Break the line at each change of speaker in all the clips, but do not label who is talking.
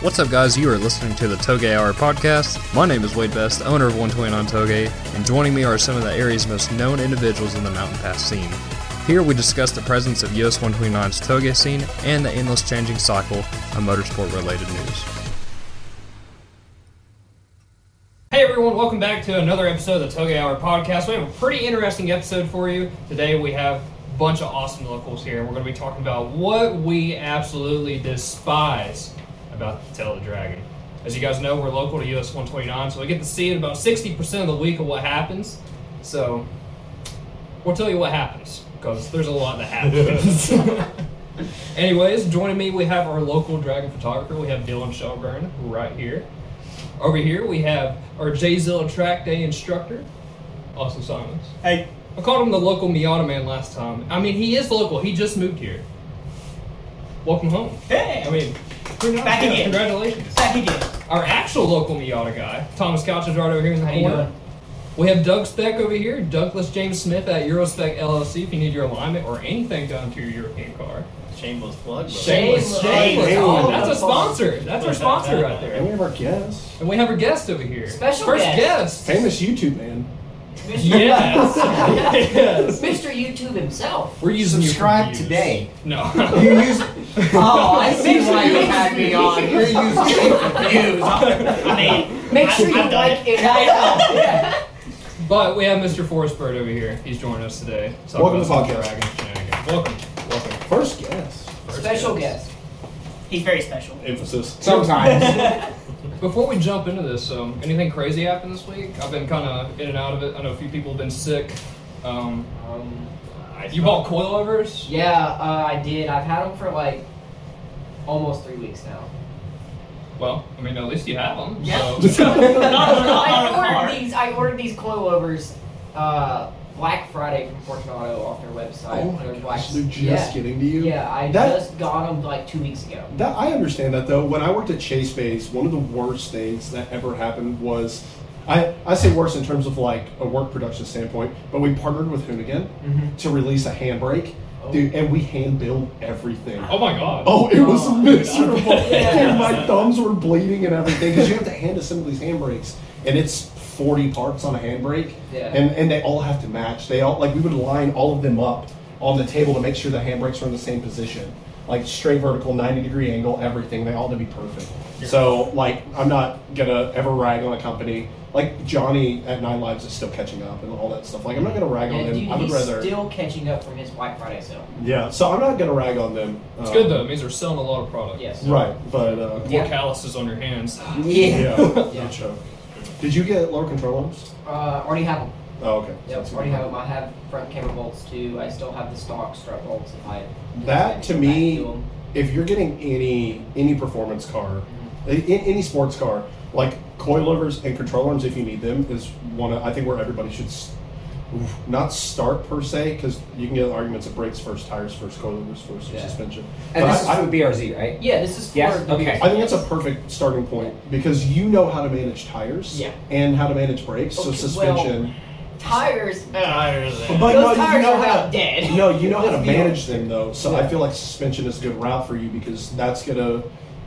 What's up, guys? You are listening to the Toge Hour podcast. My name is Wade Best, owner of 129 Toge, and joining me are some of the area's most known individuals in the Mountain Pass scene. Here we discuss the presence of US 129's Toge scene and the endless changing cycle of motorsport related news.
Hey everyone, welcome back to another episode of the Toge Hour podcast. We have a pretty interesting episode for you. Today we have a bunch of awesome locals here. We're going to be talking about what we absolutely despise about the Tail of the Dragon. As you guys know, we're local to US 129, so we get to see it about 60% of the week of what happens. So we'll tell you what happens because there's a lot that happens. Anyways, joining me, we have our local dragon photographer. We have Dylan Shelburne right here. Over here, we have our Jay Zilla track day instructor, Austin Simons.
Hey,
I called him the local Miata man last time. I mean, he is local. He just moved here. Welcome home.
Hey!
I mean, pretty nice.
Back
Yeah,
again.
Congratulations.
back again.
Our actual local Miata guy, Thomas Couch, is right over here in the
How you
corner.
doing?
We have Doug Speck over here, Douglas James Smith at Eurospec LLC. If you need your alignment or anything done to your European car,
Shameless plug. Bro.
shameless, shameless.
Shameless.
Oh, that's a sponsor. That's our sponsor right
And we
there.
have our guest,
And we have our guest over here.
Special
First guest.
guest.
famous YouTube man.
Yes. yes.
Mr. YouTube himself.
We're using your
Subscribe
reviews.
today.
No.
You use
Oh, I see why you had me on.
you use
I mean,
Make sure you
I've done
like it. I know.
But we have Mr. Forrest Bird over here. He's joining us today. Talk
Welcome
about
to the
some
podcast.
Dragon shenanigans. Welcome. Welcome.
first guest.
Special guest.
he's very special.
Emphasis.
Sometimes.
Before we jump into this, um, anything crazy happened this week? I've been kind of in and out of it. I know a few people have been sick. Um,
um, I
you bought coilovers?
Yeah, uh, I did. I've had them for like almost three weeks now.
Well, I mean, at least you have them.
Yeah.
So.
I ordered these. I ordered these coilovers uh, Black Friday from Fortune Auto off their website.
Oh my
Their
gosh,
Black-
they're just
yeah.
getting to you.
Yeah, I
That-
just got them like two weeks ago.
That I understand that though. When I worked at Chase Base, one of the worst things that ever happened was, I I say worse in terms of like a work production standpoint, but we partnered with Hoonigan to release a handbrake,
Mm-hmm. Oh.
dude, and we hand build everything.
Oh my god.
Oh, it was
Oh,
miserable.
Yeah.
Dude, my thumbs were bleeding and everything because you have to hand assemble these handbrakes, and it's 40 parts on a handbrake,
Yeah.
and and they all have to match. They all like we would line all of them up on the table to make sure the handbrakes were in the same position, like straight vertical, 90 degree angle, everything. They all had to be perfect. So like I'm not gonna ever rag on a company. Like Johnny at Nine Lives is still catching up and all that stuff. Like I'm not gonna rag on
And
them.
dude,
I would
he's
rather.
still catching up from his Black Friday sale.
yeah, so I'm not gonna rag on them.
It's
Uh,
good though. It means they're selling a lot of product.
Yes.
Right, but uh,
More
Yeah.
calluses on your hands.
Yeah,
Yeah.
no joke. Did you get lower control arms?
Uh, already have them.
Oh, okay.
Yep, already have them. I have front camera bolts too. I still have the stock strut bolts if I.
That,
if I
to
go
me-
back to 'em.
If you're getting any any performance car, in, any sports car, like coilovers and control arms, if you need them, is one. Of, I think where everybody should s- not start per se because you can get arguments of brakes first, tires first, coilovers first, or
Yeah.
suspension.
And
But
this is
I,
from BRZ, right?
Yeah, this is for
Yes?
the
Okay.
biggest-
I think that's a perfect starting point because you know how to manage tires
Yeah.
and how to manage brakes. so
Okay,
suspension.
well, tires.
But
Those
no, you
tires
know
are
how
about dead.
No, you know how to
Let's be
manage them though. So I
Yeah.
feel like suspension is a good route for you because that's gonna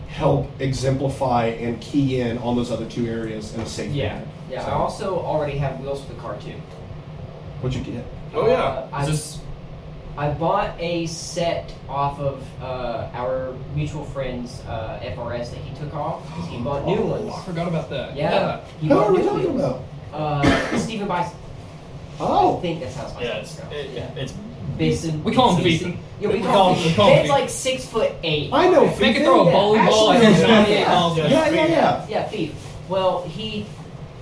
help exemplify and key in on those other two areas in a safe
Yeah,
manner.
yeah.
So,
I also already have wheels for the car too.
what'd you get?
Oh yeah.
Uh, I,
Is this
I bought a set off of uh, our mutual friend's uh, FRS that he took off because he bought new
Oh,
ones.
I forgot about that.
Yeah. He
Who
bought
are we
new
talking
wheels.
about?
Uh, Stephen Bison. I
Oh,
think that sounds like
Yeah, it's, it, yeah, it's
Basin.
We call him
Basin.
Beeson.
Yeah, we call
we
him.
call him
Ben's
Beeson.
like six foot eight.
I know.
They
Fifi.
could throw a bowling ball
Ashley
at
knows
you.
that.
Yeah.
Yeah, yeah, yeah.
Yeah, Thief. Well, he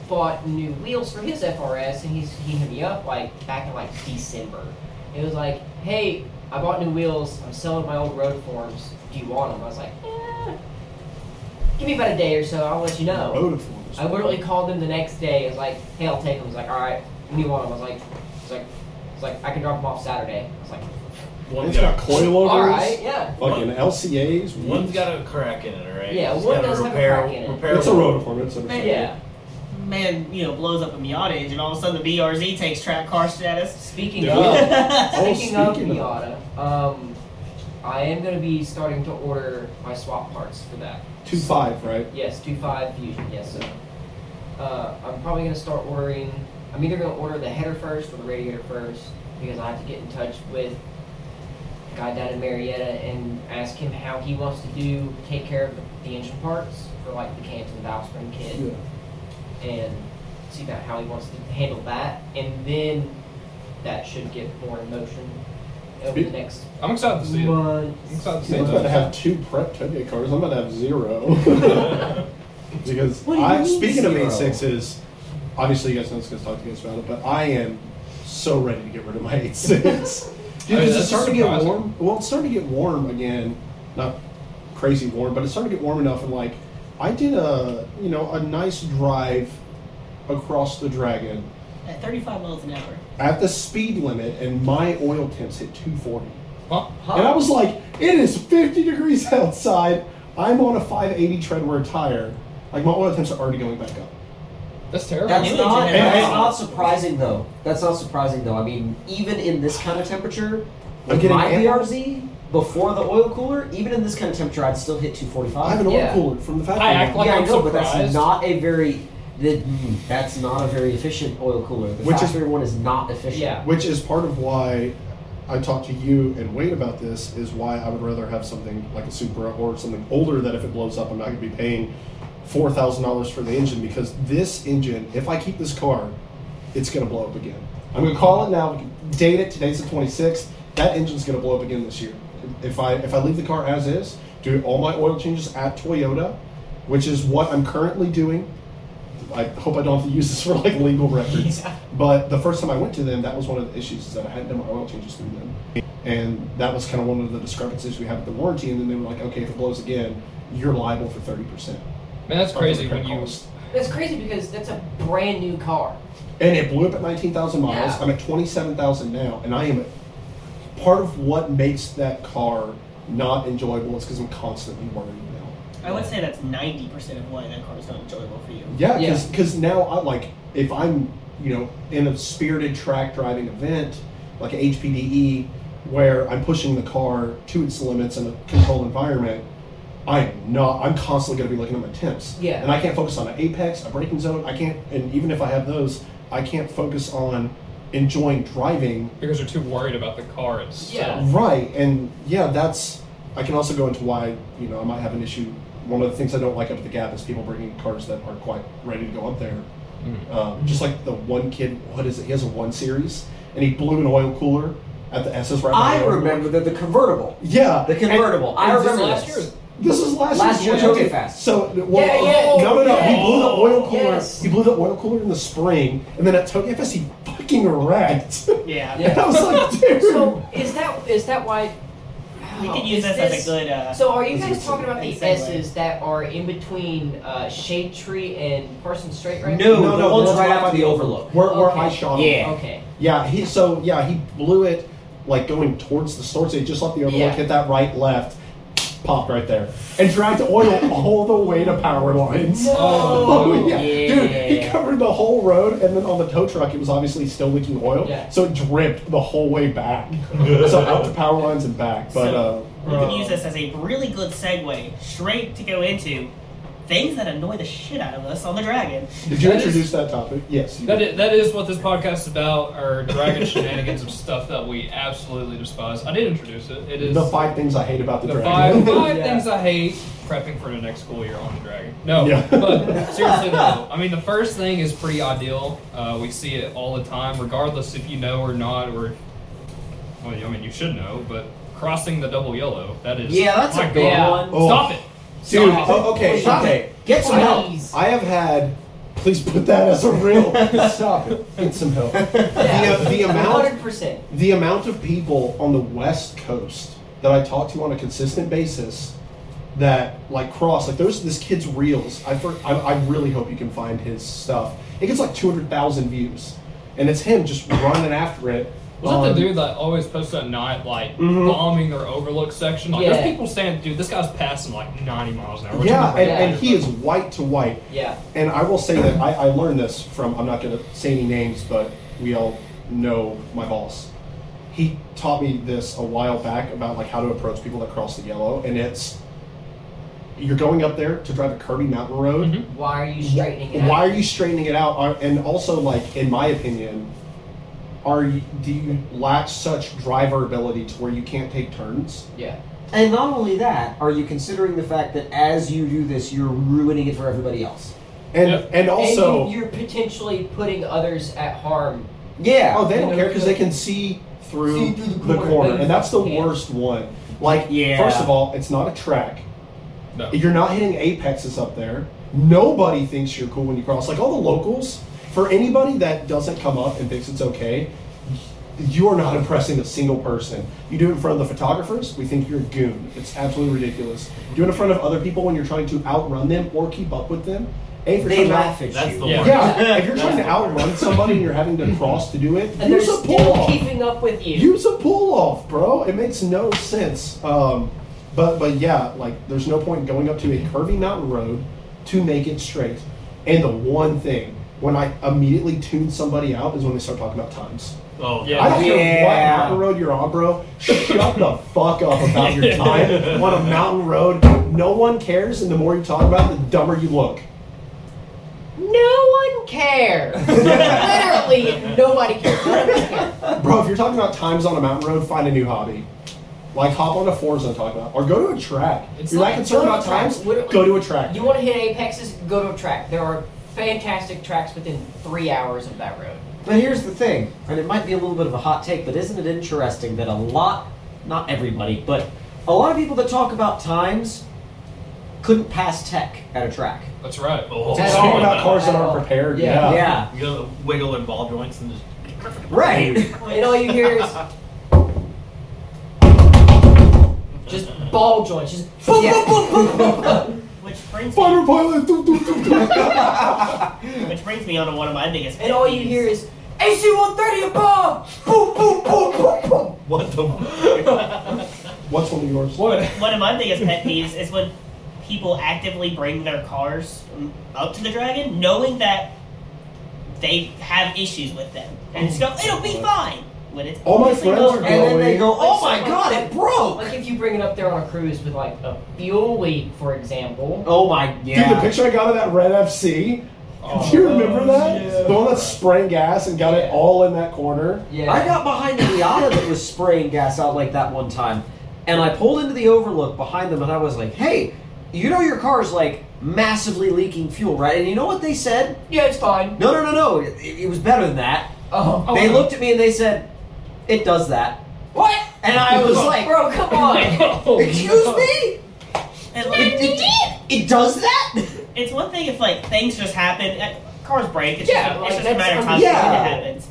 bought new wheels for his FRS, and he's he hit me up like back in like December. It was like, hey, I bought new wheels. I'm selling my old road forms. Do you want them? I was like, eh, give me about a day or so. I'll let you know.
Road forms.
I literally called him the next day. I was like, hey, I'll take them. He's like, all right, when do you want them? I was like, it's like, it's like I can drop them off Saturday. I was like,
It's got coilovers,
all right, yeah.
fucking LCAs.
One's got a crack in it, right?
Yeah,
It's
one
got
does have a
repair-
crack in it.
repair-
It's a road form. It's understandable.
Yeah.
Man, you know, blows up a Miata engine, all of a sudden the BRZ takes track car status.
Speaking
Dude,
of.
Oh,
Speaking of
speaking of-
Miata, um,
I am going to be starting to order my swap parts for that.
Two five, right?
Yes, two five fusion. Yes, so uh, I'm probably gonna start ordering. I'm either gonna order the header first or the radiator first because I have to get in touch with the guy down in Marietta and ask him how he wants to do take care of the engine parts for like the cams and valve spring kit
Yeah.
and see about how he wants to handle that and then that should get more in motion over the
Speak-
next
I'm excited to see it. I'm
month.
excited to see
Sam's about to
it.
have two prep Tokyo cars. I'm about to have zero. because
What do you
I,
mean
speaking of
zero?
A6s, obviously you guys know this because I talked to you guys about it, but I am so ready to get rid of my 86. Dude,
Oh, yeah,
because
that's
it's starting to get
surprising.
warm. Well, it's starting to get warm again. Not crazy warm, but it's starting to get warm enough. And like, I did a you know a nice drive across the Dragon
At 35 miles an hour.
at the speed limit, and my oil temps hit 240.
Huh?
And I was like, it is 50 degrees outside. I'm on a 580 treadwear tire. Like, my oil temps are already going back up.
That's terrible.
I knew
That's
it
not,
didn't
that's
happen.
not surprising though. That's not surprising though. I mean, even in this kind of temperature,
I'm
with
getting
my
am-
BRZ before the oil cooler, even in this kind of temperature, I'd still
I
hit
have
245.
an oil
Yeah.
cooler from the factory.
I act like
yeah,
I'm
I know, but that's
surprised.
not a very that, mm, that's not a very efficient oil cooler. The
Which is-
factory one is not efficient.
Yeah.
Which is part of why I talked to you and Wade about this, is why I would rather have something like a Supra or something older that if it blows up, I'm not going to be paying $4,000 for the engine because this engine, if I keep this car, it's going to blow up again. I'm going to call it now, date it. Today's the 26th. That engine's going to blow up again this year. If I if I leave the car as is, do all my oil changes at Toyota, which is what I'm currently doing. I hope I don't have to use this for like legal records. But the first time I went to them, that was one of the issues is that I hadn't done my oil changes through them, and that was kind of one of the discrepancies we had with the warranty. And then they were like, okay, if it blows again, you're liable for thirty percent.
Man, that's crazy when you.
That's crazy because that's a brand new car.
And it blew up at 19,000 miles.
Yeah.
I'm at 27,000 now, and I am part of what makes that car not enjoyable is because I'm constantly worried now.
I would say that's 90% of why that car is not enjoyable for you.
Yeah,
Yeah.
because now I like if I'm you know in a spirited track driving event like a HPDE E, where I'm pushing the car to its limits in a controlled environment. I'm not. I'm constantly going to be looking at my temps.
Yeah.
And I can't focus on an apex, a braking zone. I can't. And even if I have those, I can't focus on enjoying driving
Because you're too worried about the car itself.
Yeah.
Right, and yeah, that's. I can also go into why you know I might have an issue. One of the things I don't like up at the gap is people bringing cars that aren't quite ready to go up there. Um, just like the one kid, what is it? He has a one series, and he blew an oil cooler at the SS. Right
I
below the
remember
airport.
that the convertible,
Yeah,
the
and
convertible. I
Is this
remember
last
this.
year?
This is last,
Last
year's
year,
one.
Tokyo Fest.
So well,
Yeah, yeah.
no, no, no. He
Yeah.
blew the oil cooler.
Yes.
He blew the oil cooler in the spring, and then at Tokyo Fest he fucking wrecked.
Yeah.
and I was like, dude.
So is that is that why?
You
Wow,
can use
is
this, as a good. Uh,
So are you
This
guys
is-
talking about the
segue.
S's that are in between uh, Shade Tree and Parson Straight right
No,
No,
the
no,
one's
we're
right
right
after
by
the
the-
overlook.
Where, where
Okay.
I shot him.
Yeah.
Okay.
Yeah, he so yeah, he blew it like going towards the store, so he just let the overlook
Yeah.
hit that right left, popped right there. And dragged oil all the way to power lines. Oh, yeah. Dude, he
yeah.
covered the whole road and then on the tow truck it was obviously still leaking oil.
Yeah.
So it dripped the whole way back. so out to power lines and back. But
So,
uh
you can use this as a really good segue straight to go into things that annoy the shit out of us on the dragon.
uh, did you
That is-
introduce that topic? Yes. You
That
did.
is, that is what this podcast is about, our dragon shenanigans of stuff that we absolutely despise. I did introduce it. It is
the five things I hate about the,
the
dragon.
five, five
Yeah.
things I hate prepping for the next school year on the dragon. No,
Yeah.
but seriously though, I mean the first thing is pretty ideal. Uh, we see it all the time, regardless if you know or not, or well, I mean you should know, but crossing the double yellow. That is
Yeah, that's
my
a big
God.
one.
Oh.
Stop it.
Dude,
Stop it.
oh, okay,
Stop
okay.
it. Get some help.
Please.
I have had. Please put that as a real. Stop it. Get some help.
Yeah.
The, the
Hundred
amount,
percent.
the amount of people on the West Coast that I talk to on a consistent basis that like cross like there's this kid's reels. I, for, I I really hope you can find his stuff. It gets like two hundred thousand views, and it's him just running after it.
Was that
Oh. on-
the dude that always posts at night, like
Mhm.
bombing their overlook section? Like,
Yeah.
there's people saying, dude, this guy's passing like 90 miles an hour. We're
Yeah,
talking
and,
about-
and he is white to white.
Yeah.
And I will say that I, I learned this from, I'm not going to say any names, but we all know my boss. he taught me this a while back about like how to approach people that cross the yellow, and it's you're going up there to drive a curvy mountain road.
Mhm.
Why are you Mm-hmm. straightening it out?
Why are you straightening it out? Are- And also, like in my opinion, are you, do you lack such driver ability to where you can't take turns?
Yeah.
And not only that, are you considering the fact that as you do this, you're ruining it for everybody else?
And
Yep.
and also,
and you, you're potentially putting others at harm.
Yeah.
oh, they don't
you know,
care because they can see through,
See through the
the
corner,
corner,
but
and that's the
you can't.
worst one. Like,
Yeah.
first of all, it's not a track.
No.
You're not hitting apexes up there. Nobody thinks you're cool when you cross. Like all the locals, for anybody that doesn't come up and thinks it's okay, you are not impressing a single person. You do it in front of the photographers, we think you're a goon. It's absolutely ridiculous. Do it in front of other people when you're trying to outrun them or keep up with them. A, for
They laugh at
That's
you.
the
Yeah.
worst.
Yeah, if you're trying to outrun somebody and you're having to cross to do it,
And
use
they're
a
still
pull off.
keeping up with you.
Use a pull off, bro. It makes no sense. Um, but but yeah, like there's no point going up to a curvy mountain road to make it straight. And the one thing when I immediately tune somebody out is when they start talking about times.
Oh,
Yeah.
I don't care what
Yeah.
mountain road you're on, bro. Shut the fuck up about your time on a mountain road. No one cares, and the more you talk about it, the dumber you look.
No one cares. Literally, nobody cares. None of us care.
Bro, if you're talking about times on a mountain road, find a new hobby. Like hop on a Forza and talk about, or go to a track.
It's
you're
not-
not concerned
go to
about
a track.
times?
Literally.
Go to a track.
You want to hit apexes? Go to a track. There are fantastic tracks within three hours of that road.
But here's the thing, and it might be a little bit of a hot take, but isn't it interesting that a lot, not everybody, but a lot of people that talk about times couldn't pass tech at a track.
That's right.
Oh,
That's
Talking
all
about cars that
At all.
aren't prepared.
Yeah.
Yeah.
Yeah.
You gotta wiggle their ball joints and just.
Right.
And all you hear is just ball joints. Just boom,
Yeah.
boom, boom, boom, boom.
Which brings me,
Fighter pilot. doo, doo, doo, doo.
which brings me on to one of my biggest.
And all you hear is AC-130 above. Boom, boom, boom, boom, boom.
What the?
What's one of yours?
What?
One of my biggest pet peeves is when people actively bring their cars mm, up to the dragon, knowing that they have issues with them, and just go, "It'll be fine." When it's
All my
obviously
friends are
not.
And then they go, "Oh my god, it broke!"
Like if you bring it up there on a cruise with like a fuel leak, for example.
Oh my
Dude, the
yeah.
picture I got of that red FC.
Oh,
Do you remember that? The one that sprang gas and got it
Yeah.
all in that corner.
Yeah.
I got behind a Miata that was spraying gas out like that one time, and I pulled into the overlook behind them, and I was like, "Hey, you know your car's like massively leaking fuel, right?" And you know what they said?
Yeah, it's fine.
No, no, no, no. It, it was better than that.
Oh.
They looked at me and they said, "It does that." What? And I was like,
bro, come on.
"Excuse me?
And, like,
It, it, it does that?"
It's one thing if like things just happen, uh, cars break. It's
Yeah,
just,
like,
it's just a matter of
that's-
time
yeah.
before it happens.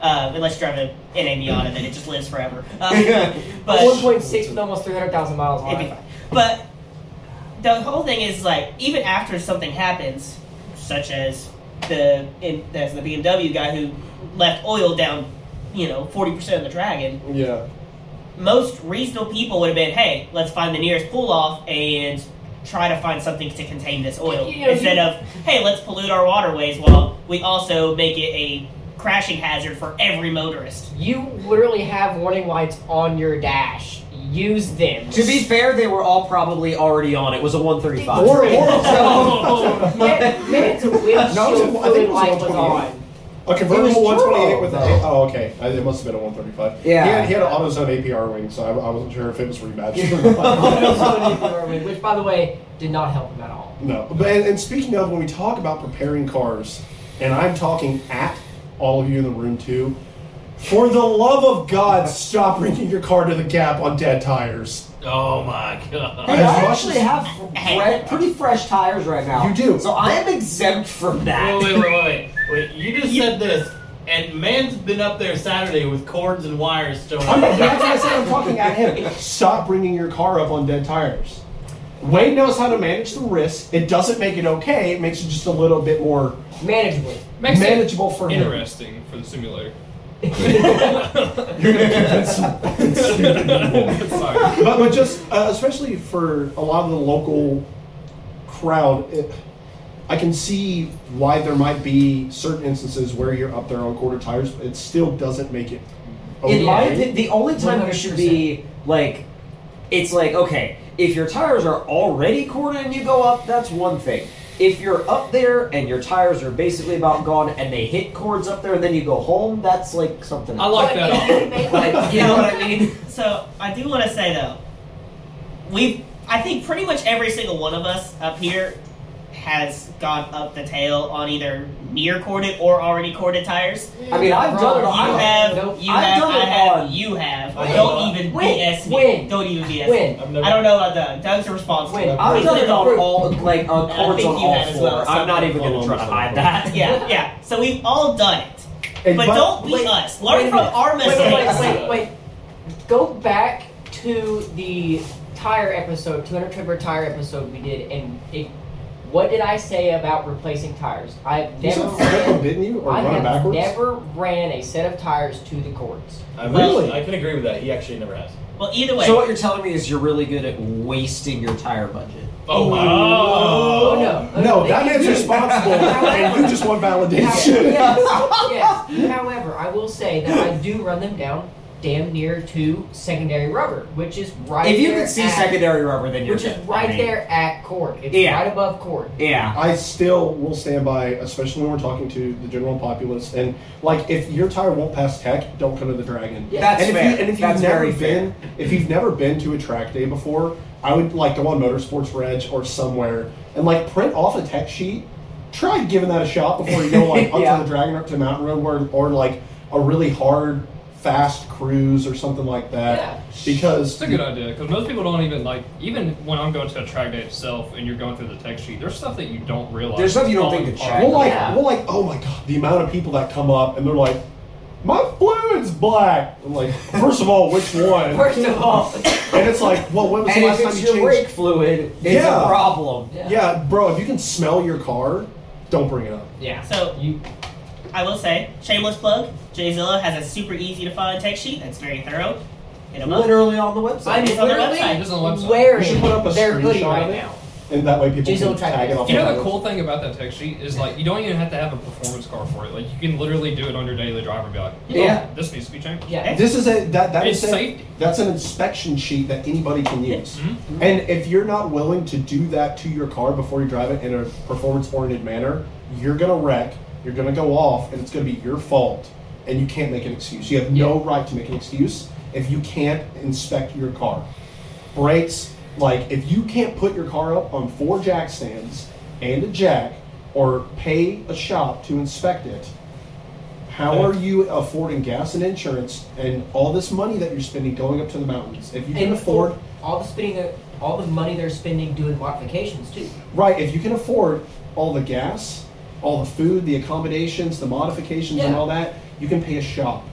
Uh, unless you drive a, an Amiata, then it just lives forever. Um, but
One point six with almost three hundred thousand miles on
It'd be
it.
fine. But the whole thing is like, even after something happens, such as the in, as the BMW guy who left oil down, you know, forty percent of the Dragon.
Yeah.
Most reasonable people would have been, hey, let's find the nearest pull off and try to find something to contain this oil
You know,
instead
you-
of, hey, let's pollute our waterways while we also make it a crashing hazard for every motorist.
You literally have warning lights on your dash. Use them.
To be fair, they were all probably already on. It was a 135.
Or, or
Oh,
So-
Yeah, minutes of windshield
No, it was- I think
fluid
it was
light was
128.
on.
a
It was
convertible
turbo,
128 with a.
though.
Oh, okay. I- It must have been a 135.
Yeah.
He had, he had an AutoZone APR wing, so I, I wasn't sure if it was
It was
rematched.
on the Irwin, Which, by the way, did not help him at all.
No, but and, and speaking of when we talk about preparing cars, and I'm talking at all of you in the room too. For the love of God, stop bringing your car to the gap on dead tires.
oh my god.
Hey,
As
I
much
actually
as-
have fre- pretty fresh tires right now.
You do.
So I am exempt from that.
Wait, wait, wait, wait, wait. You just said this, and man's been up there Saturday with cords and wires showing
I'm,
up.
that's what I said. I'm talking at him. Stop bringing your car up on dead tires. Wade knows how to manage the risk. It doesn't make it okay. It makes it just a little bit more
Manageable.
Makes it
manageable for him.
interesting for the simulator.
You're gonna convince some stupid people.
Sorry.
but, but just uh, especially for a lot of the local crowd, it, I can see why there might be certain instances where you're up there on quarter tires. But it still doesn't make it
in my
yeah.
opinion, the only time you should be like, it's like okay, if your tires are already corded and you go up, that's one thing. If you're up there and your tires are basically about gone and they hit cords up there and then you go home, that's like something.
I like that.
But if you make,
Like,
like,
you know what I mean?
So I do want to say though, we I think pretty much every single one of us up here has gone up the tail on either near corded or already corded tires.
I mean, I've done it.
You
I don't-
have,
nope.
you
I've
have,
done
I
it
have,
on-
you have.
I've
Don't
done
even
When?
BS me.
When?
Don't even BS me.
When?
I've
I don't know about Doug. Doug's responsible.
When?
I've
We've
done it
lived
on all like on
I
cords
think
on
you
all
have as well,
four. I'm not even
Oh,
gonna try to
I'm
hide
sorry.
that.
yeah, yeah. So we've all done it.
And
But, don't be
wait,
us. Learn
wait a
from
minute.
our
wait, wait,
mistakes.
wait, wait. Go back to the tire episode, 200 tripper tire episode we did, and it, what did I say about replacing tires? I've
You
never
said flip them,
ran,
didn't you? Or
I
run them
have
backwards?
never ran a set of tires to the cords.
I
Really?
I can agree with that. He actually never has.
Well, either way.
So what you're telling me is you're really good at wasting your tire budget.
Oh my!
Oh, no. Oh,
No,
they
that
can
man's
do it.
responsible, and you just want validation.
Yes, yes. However, I will say that I do run them down damn near to secondary rubber, which is right
if you
there
could see
at,
secondary rubber, then you're
which is
good.
right
I mean,
there at court. It's
Yeah.
right above court.
Yeah.
I still will stand by, especially when we're talking to the general populace. And like, if your tire won't pass tech, don't come to the Dragon.
Yeah.
That's
and if
fair.
You, and if you've
That's
never
very
been, if you've never been to a track day before, I would like go on Motorsports Reg or somewhere and like print off a tech sheet. Try giving that a shot before you go like up
Yeah.
to the Dragon, up to Mountain Road, where, or like a really hard, fast cruise or something like that. Because
It's a good idea because most people don't even like. Even when I'm going to a track day itself, and you're going through the tech sheet, there's stuff that you don't realize.
There's stuff you don't
on
think to
par.
check.
Well, like,
Yeah.
well, like, oh my god, the amount of people that come up and they're like, my fluid's black. I'm like, first of all, which one?
First of all,
And it's like, well, when was the
And if
last time
it's
you
your
changed?
brake fluid, it's
Yeah.
a problem.
Yeah, bro, if you can smell your car, don't bring it up.
yeah.
So-
you
I will say, shameless plug, Jayzilla has a super easy to find tech sheet that's very thorough. Hit 'em up.
Literally on the website.
I'm
It's on their
literally
website.
It's on the website.
wearing
You should put up a
their hoodie
screenshot
right
of it.
now.
And that way people
Just
can
don't try
tag
to-
it off.
You know
their
the cool
notes.
thing about that tech sheet is like you don't even have to have a performance car for it. Like you can literally do it on your daily driver and be like, oh,
Yeah.
this needs to be changed.
Yeah.
This is a that that
It's
is a-
safety.
that's an inspection sheet that anybody can use.
Mhm.
And if you're not willing to do that to your car before you drive it in a performance-oriented manner, you're gonna wreck. You're gonna go off, and it's gonna be your fault. And you can't make an excuse. You have no right to make an excuse if you can't inspect your car. Brakes, like if you can't put your car up on four jack stands and a jack, or pay a shop to inspect it, how are you affording gas and insurance and all this money that you're spending going up to the mountains? If you can
And
afford,
all the spending, they're- all the money they're spending doing modifications too.
right, if you can afford all the gas, all the food, the accommodations, the modifications, and
Yeah.
all that, you can pay a shop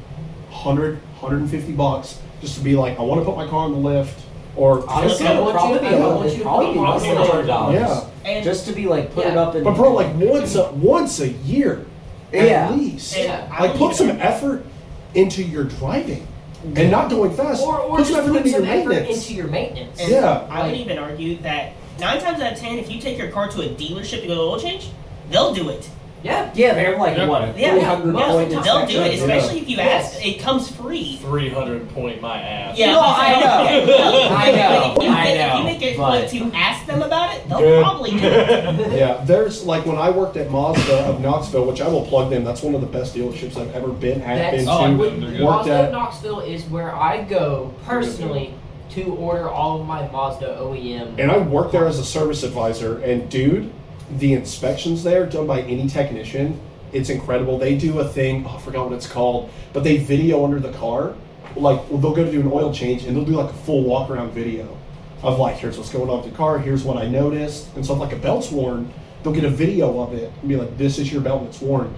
100, 150 bucks just to be like, I want to put my car on the lift. Or,
Honestly,
I
I
want you to
want
be-
you
I want you
to
to
probably
be-
be less than hundred dollars.
Yeah.
And-
Just to be like put
Yeah.
it up and.
but bro, like once a, once a year
Yeah.
at least.
And I
Like
will
put some
even-
effort into your driving and not going fast.
Or, or
put
just
some effort
put
into
some
your
effort
maintenance.
into your maintenance.
And
Yeah.
I would even argue that nine times out of ten, if you take your car to a dealership to go to oil change, they'll do it.
Yeah.
yeah, they're like what a
Yeah,
three hundred
yeah,
point
they'll do
inspection.
it,
yeah.
especially if you
Yes.
ask. It comes free.
Three hundred point my ass.
Yeah,
No, I know.
No,
I know.
If you
I
make-
know.
If you make it
But-
to ask them about it, they'll
Good.
probably do it.
Yeah, there's like when I worked at Mazda of Knoxville, which I will plug them. That's one of the best dealerships I've ever been at.
That's-
Been
Oh, I
to.
would- wouldn't do
worked
Mazda
at-
of Knoxville is where I go personally to order all of my Mazda E OEM.
and I worked there as a service advisor. And dude, the inspections there done by any technician, it's incredible. They do a thing. Oh, I forgot what it's called, but they video under the car. Like well, they'll go to do an oil change and they'll do like a full walk around video of like here's what's going on with the car, here's what I noticed, and so if like a belt's worn, they'll get a video of it and be like this is your belt and it's worn.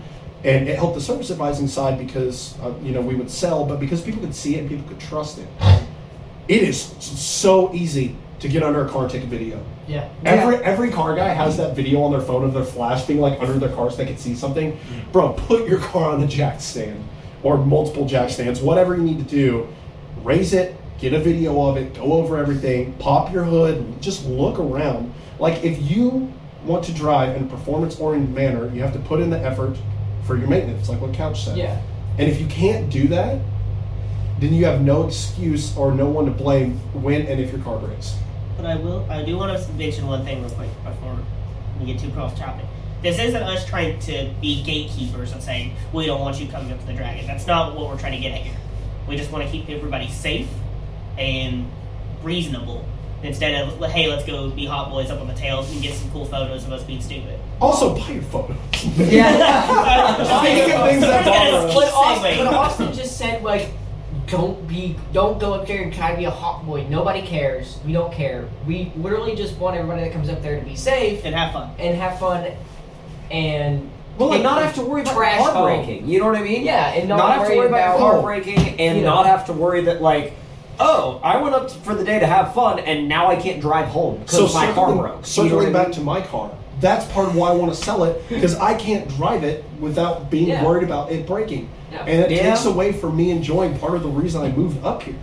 And it helped the service advising side because uh, you know we would sell, but because people could see it and people could trust it. It is so easy to get under a car and take a video.
yeah.
Every every car guy has that video on their phone of their flash being like under their car so they can see something.
Mm-hmm.
Bro, put your car on a jack stand or multiple jack stands, whatever you need to do. Raise it, get a video of it, go over everything, pop your hood, just look around. Like if you want to drive in a performance oriented manner, you have to put in the effort for your maintenance, like what Couch said.
Yeah.
And if you can't do that, then you have no excuse or no one to blame when and if your car breaks.
But I will. I do want to mention one thing real quick before we get too cross topic. This isn't us trying to be gatekeepers and saying we don't want you coming up to the dragon. That's not what we're trying to get at here. We just want to keep everybody safe and reasonable instead of hey, let's go be hot boys up on the tails and get some cool photos of us being stupid.
Also, buy your photo.
Speaking
of things that bother us.
But Austin, but Austin just said like, don't be, don't go up there and try to be a hot boy. Nobody cares. We don't care. We literally just want everybody that comes up there to be safe
and have fun.
and have fun, and
Well, and not have to worry about
Trash
car breaking. You know what I mean?
yeah, and not,
not, have to worry about car breaking and
you know.
not have to worry that like, oh, I went up for the day to have fun and now I can't drive home because my car
circling-
broke. You know
Circling
what I
back
mean?
to my car. That's part of why I want to sell it because I can't drive it without being
Yeah.
worried about it breaking,
Yeah.
and it
Yeah.
takes away from me enjoying part of the reason I moved up here.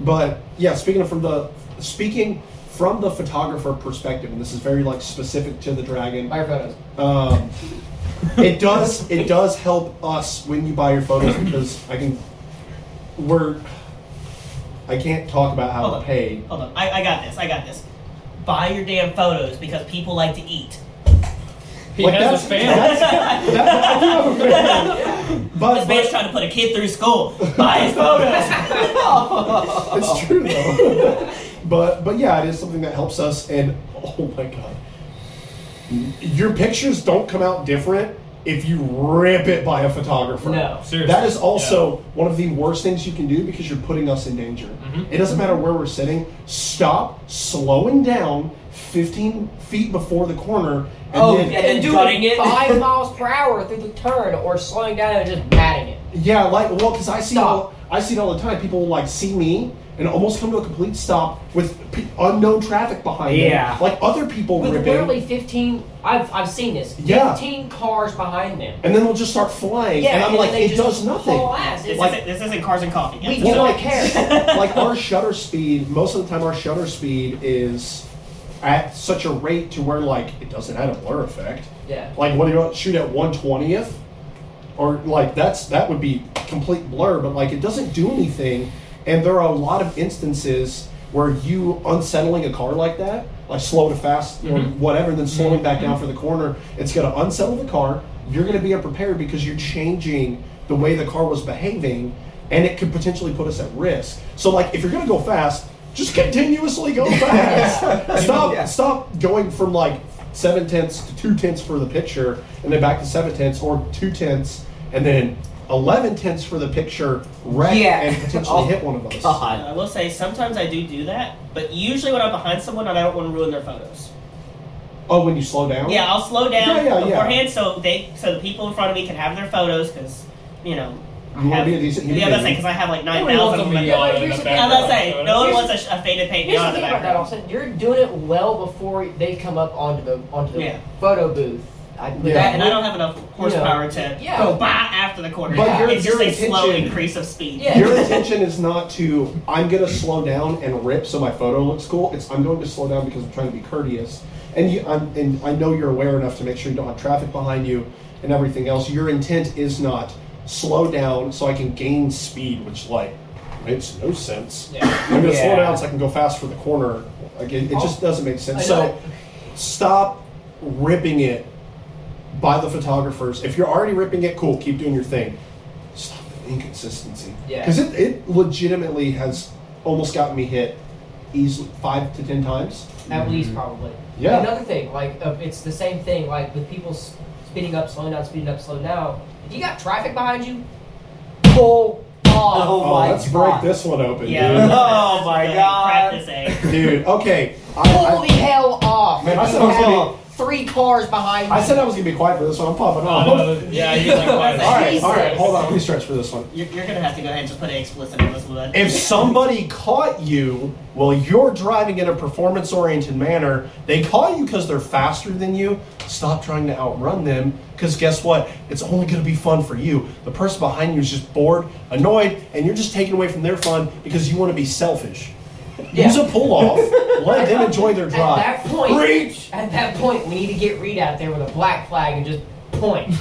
But yeah, speaking of from the speaking from the photographer perspective, and this is very like specific to the dragon.
buy your photos.
Um, it does it does help us when you buy your photos because I can we're I can't talk about how
Hold on.
to pay.
Hold on, I, I got this. I got this. Buy your damn photos because people like to eat.
He
Like,
has a
that's-
family.
That- I do have a family.
This
but,
man's
but
trying to put a kid through school. Buy his photos.
it's true though. but but yeah, it is something that helps us. And oh my god, your pictures don't come out different if you rip it by a photographer.
No.
Seriously.
That is also one of the worst things you can do because you're putting us in danger.
Mm-hmm.
It doesn't matter where we're sitting. Stop slowing down 15 feet before the corner and
Oh,
then
and then
cutting
doing
it.
it five miles per hour through the turn, or slowing down and just batting it.
Yeah, like well, because I see
Stop.
all, I see it all the time. People will like see me and almost come to a complete stop with p- unknown traffic behind
Yeah.
them. like other people
With
ripping,
literally 15, I've, I've seen this.
Yeah.
15 cars behind them.
and then they'll just start flying. and I'm
and
like,
they
it
just
does nothing.
haul ass.
this,
It's
isn't, this isn't cars and coffee.
We
Well,
don't
like-
care.
like our shutter speed, most of the time our shutter speed is at such a rate to where like it doesn't add a blur effect.
Yeah.
Like what do you shoot at one twentieth? Or like that's that would be complete blur, but like it doesn't do anything. And there are a lot of instances where you unsettling a car like that, like slow to fast or whatever, and then slowing back down for the corner, it's gonna unsettle the car. You're gonna be unprepared because you're changing the way the car was behaving and it could potentially put us at risk. So like if you're gonna go fast, just continuously go fast. stop
Yeah.
stop going from like seven tenths to two tenths for the picture and then back to seven tenths or two tenths and then eleven tenths for the picture wreck
Yeah.
and potentially
Oh,
hit one of us.
God.
I will say sometimes I do do that, but usually when I'm behind someone and I don't want to ruin their photos.
Oh, when you slow down?
Yeah, I'll slow down
Yeah, yeah, yeah.
beforehand so they so the people in front of me can have their photos because you know. I
You wanna
have-
be a decent human
Yeah, that's
being.
because I have like nine
Nobody wants
thousand
a
of them.
video
like,
in
here's
the
the thing
I'm
background.
about to say, no one
Here's-
wants a, sh- a faded paint
Here's the
beyond the
thing about that,
background.
Austin. You're doing it well before they come up onto the onto the
Yeah.
photo booth. I,
Yeah.
That- and I don't have enough horsepower to
Yeah.
go by after the corner.
But your-
it's just
your
a slow
intention-
increase of speed.
Yeah.
Your intention is not to I'm gonna slow down and rip so my photo looks cool. It's I'm going to slow down because I'm trying to be courteous. And you I'm and I know you're aware enough to make sure you don't have traffic behind you and everything else. Your intent is not slow down so I can gain speed, which like makes no sense. I'm gonna slow
Yeah.
down so I can go fast for the corner. Like it, it just doesn't make sense.
Oh. I
So
know.
stop ripping it by the photographers. If you're already ripping it, cool, keep doing your thing. Stop the inconsistency.
Yeah.
Because it, it legitimately has almost gotten me hit easily five to ten times.
At least, probably.
Yeah.
Another thing, like uh, it's the same thing, like with people s- speeding up, slowing down, speeding up, slowing down. If you got traffic behind you, pull off.
Oh,
Oh,
my
let's
God.
break this one open,
Yeah.
Oh my
Good
God.
practicing.
dude. Dude, okay. I,
Pull the
I,
hell off.
Man, I said
You
I was
have
gonna
three cars behind you.
I said I was gonna be quiet for this one. I'm popping off.
Uh, yeah, he's like, why is
all
that?
right, all right.
Jesus.
Hold on. Let me stretch for this one.
You're, you're gonna have to go ahead and just put an explicit on this one.
If somebody caught you while you're driving in a performance oriented manner, they caught you because they're faster than you, stop trying to outrun them because guess what? It's only going to be fun for you. The person behind you is just bored, annoyed, and you're just taking away from their fun because you want to be selfish. Use a pull off, let them enjoy their
At
drive.
that point,
Preach!
at that point, we need to get Reed out there with a black flag and just point.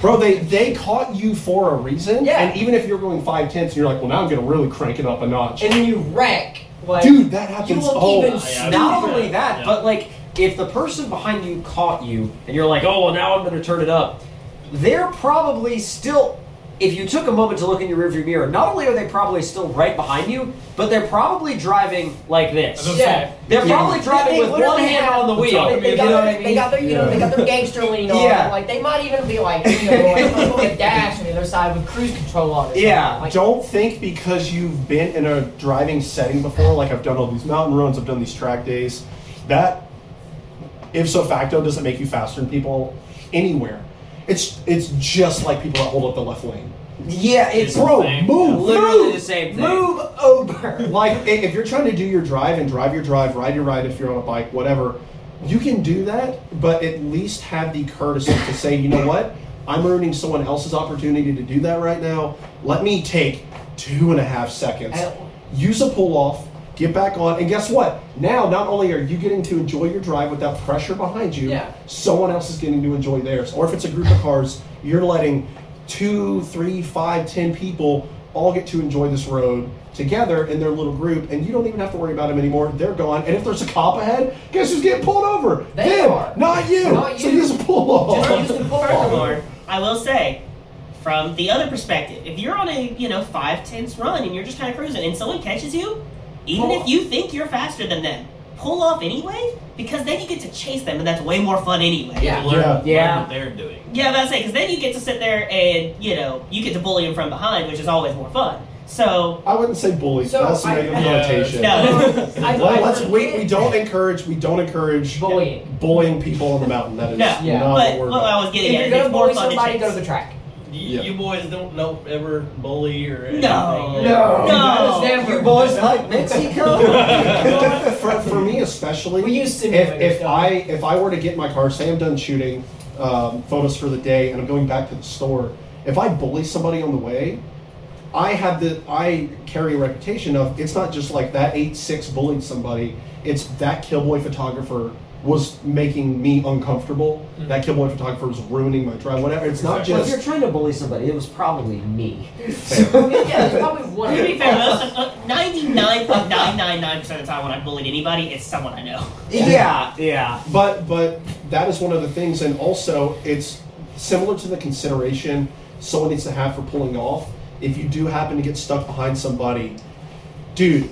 Bro, they, they caught you for a reason.
Yeah.
And even if you're going five tenths and you're like, well, now I'm going to really crank it up a notch.
and then you wreck. Like,
Dude, that
you
happens
look
all
even
yeah,
Not
stupider.
only that,
Yeah.
but like if the person behind you caught you and you're like, oh, well, now I'm going to turn it up, they're probably still. If you took a moment to look in your rearview mirror, not only are they probably still right behind you, but they're probably driving like this.
That's what I'm
Yeah,
saying.
They're probably driving
They
with one
literally
hand
have-
on the wheel.
They, they
you
got,
know what
their,
I mean?
they got their, you know, they got their gangster lean on.
Yeah.
Like they might even be like, you know, like like a dash on the other side with cruise control on it.
Yeah.
Like,
Don't think because you've been in a driving setting before, like I've done all these mountain runs, I've done these track days, that if so facto doesn't make you faster than people anywhere. It's it's just like people that hold up the left lane.
yeah,
It's
it's
Bro,
the same.
move,
literally the
move,
same thing.
move over. Like i- if you're trying to do your drive and drive your drive, ride your ride if you're on a bike, whatever, you can do that, but at least have the courtesy to say, you know what, I'm ruining someone else's opportunity to do that right now. Let me take two and a half seconds,
I-
use a pull off, get back on, and guess what? Now not only are you getting to enjoy your drive without pressure behind you,
Yeah.
someone else is getting to enjoy theirs. Or if it's a group of cars, you're letting two, three, five, ten people all get to enjoy this road together in their little group, and you don't even have to worry about them anymore. They're gone. And if there's a cop ahead, guess who's getting pulled over?
They
Them,
are.
not you.
Not
So
you.
use a pull off.
First of all, I will say, from the other perspective, if you're on a you know five tenths run and you're just kind of cruising, and someone catches you, even if you think you're faster than them, pull off anyway because then you get to chase them, and that's way more fun anyway.
Yeah.
Learn,
Yeah.
learn
Yeah.
what they're doing.
Yeah, that's it. Because then you get to sit there and you know you get to bully them from behind, which is always more fun. So
I wouldn't say bully.
So
That's a
I-
negative
Yeah.
connotation.
no,
I-
Well,
I
let's
forget-
we, we don't encourage we don't encourage
Bullying.
bullying people on the mountain. That is
No.
Yeah.
not
but
what we're
what I was getting
if
at
you're
is
gonna
it's more
bully
fun
somebody,
to
go
chase.
to the track.
You,
Yeah.
you boys don't know ever bully or anything.
No.
No.
No.
Never.
You boys like Mexico?
about. for, for me especially,
We used to.
if, if I if I were to get in my car, say I'm done shooting um, photos for the day, and I'm going back to the store, if I bully somebody on the way, I have the I carry a reputation of it's not just like that eight six bullied somebody. It's that killboy photographer was making me uncomfortable. That killboy photographer was ruining my drive. Whatever. It's not
well, if you're
just
trying to bully somebody, it was probably me.
yeah, there's probably one.
To be fair, most ninety nine point nine nine nine percent of the time when I bullied anybody, it's someone I know.
Yeah, yeah.
But but that is one of the things, and also it's similar to the consideration someone needs to have for pulling off. If you do happen to get stuck behind somebody, dude,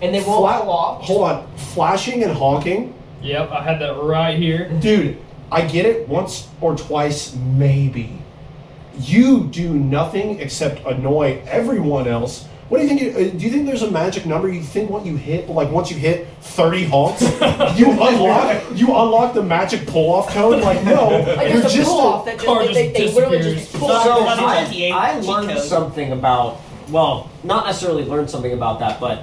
and they won't
fla-
go off.
hold on, flashing and honking,
Yep, I had that right here.
dude. I get it once or twice, maybe. You do nothing except annoy everyone else. What do you think? You, uh, do you think there's a magic number? You think what you hit, like once you hit 30 honks, you unlock you unlock the magic pull off code? Like no,
Like
you're
there's a
just
pull off that
car
just they, they,
just
they literally just
disappears.
pull
So
off.
Sorry, 128
I, I
cheat
learned
codes.
something about, well, not necessarily learned something about that, but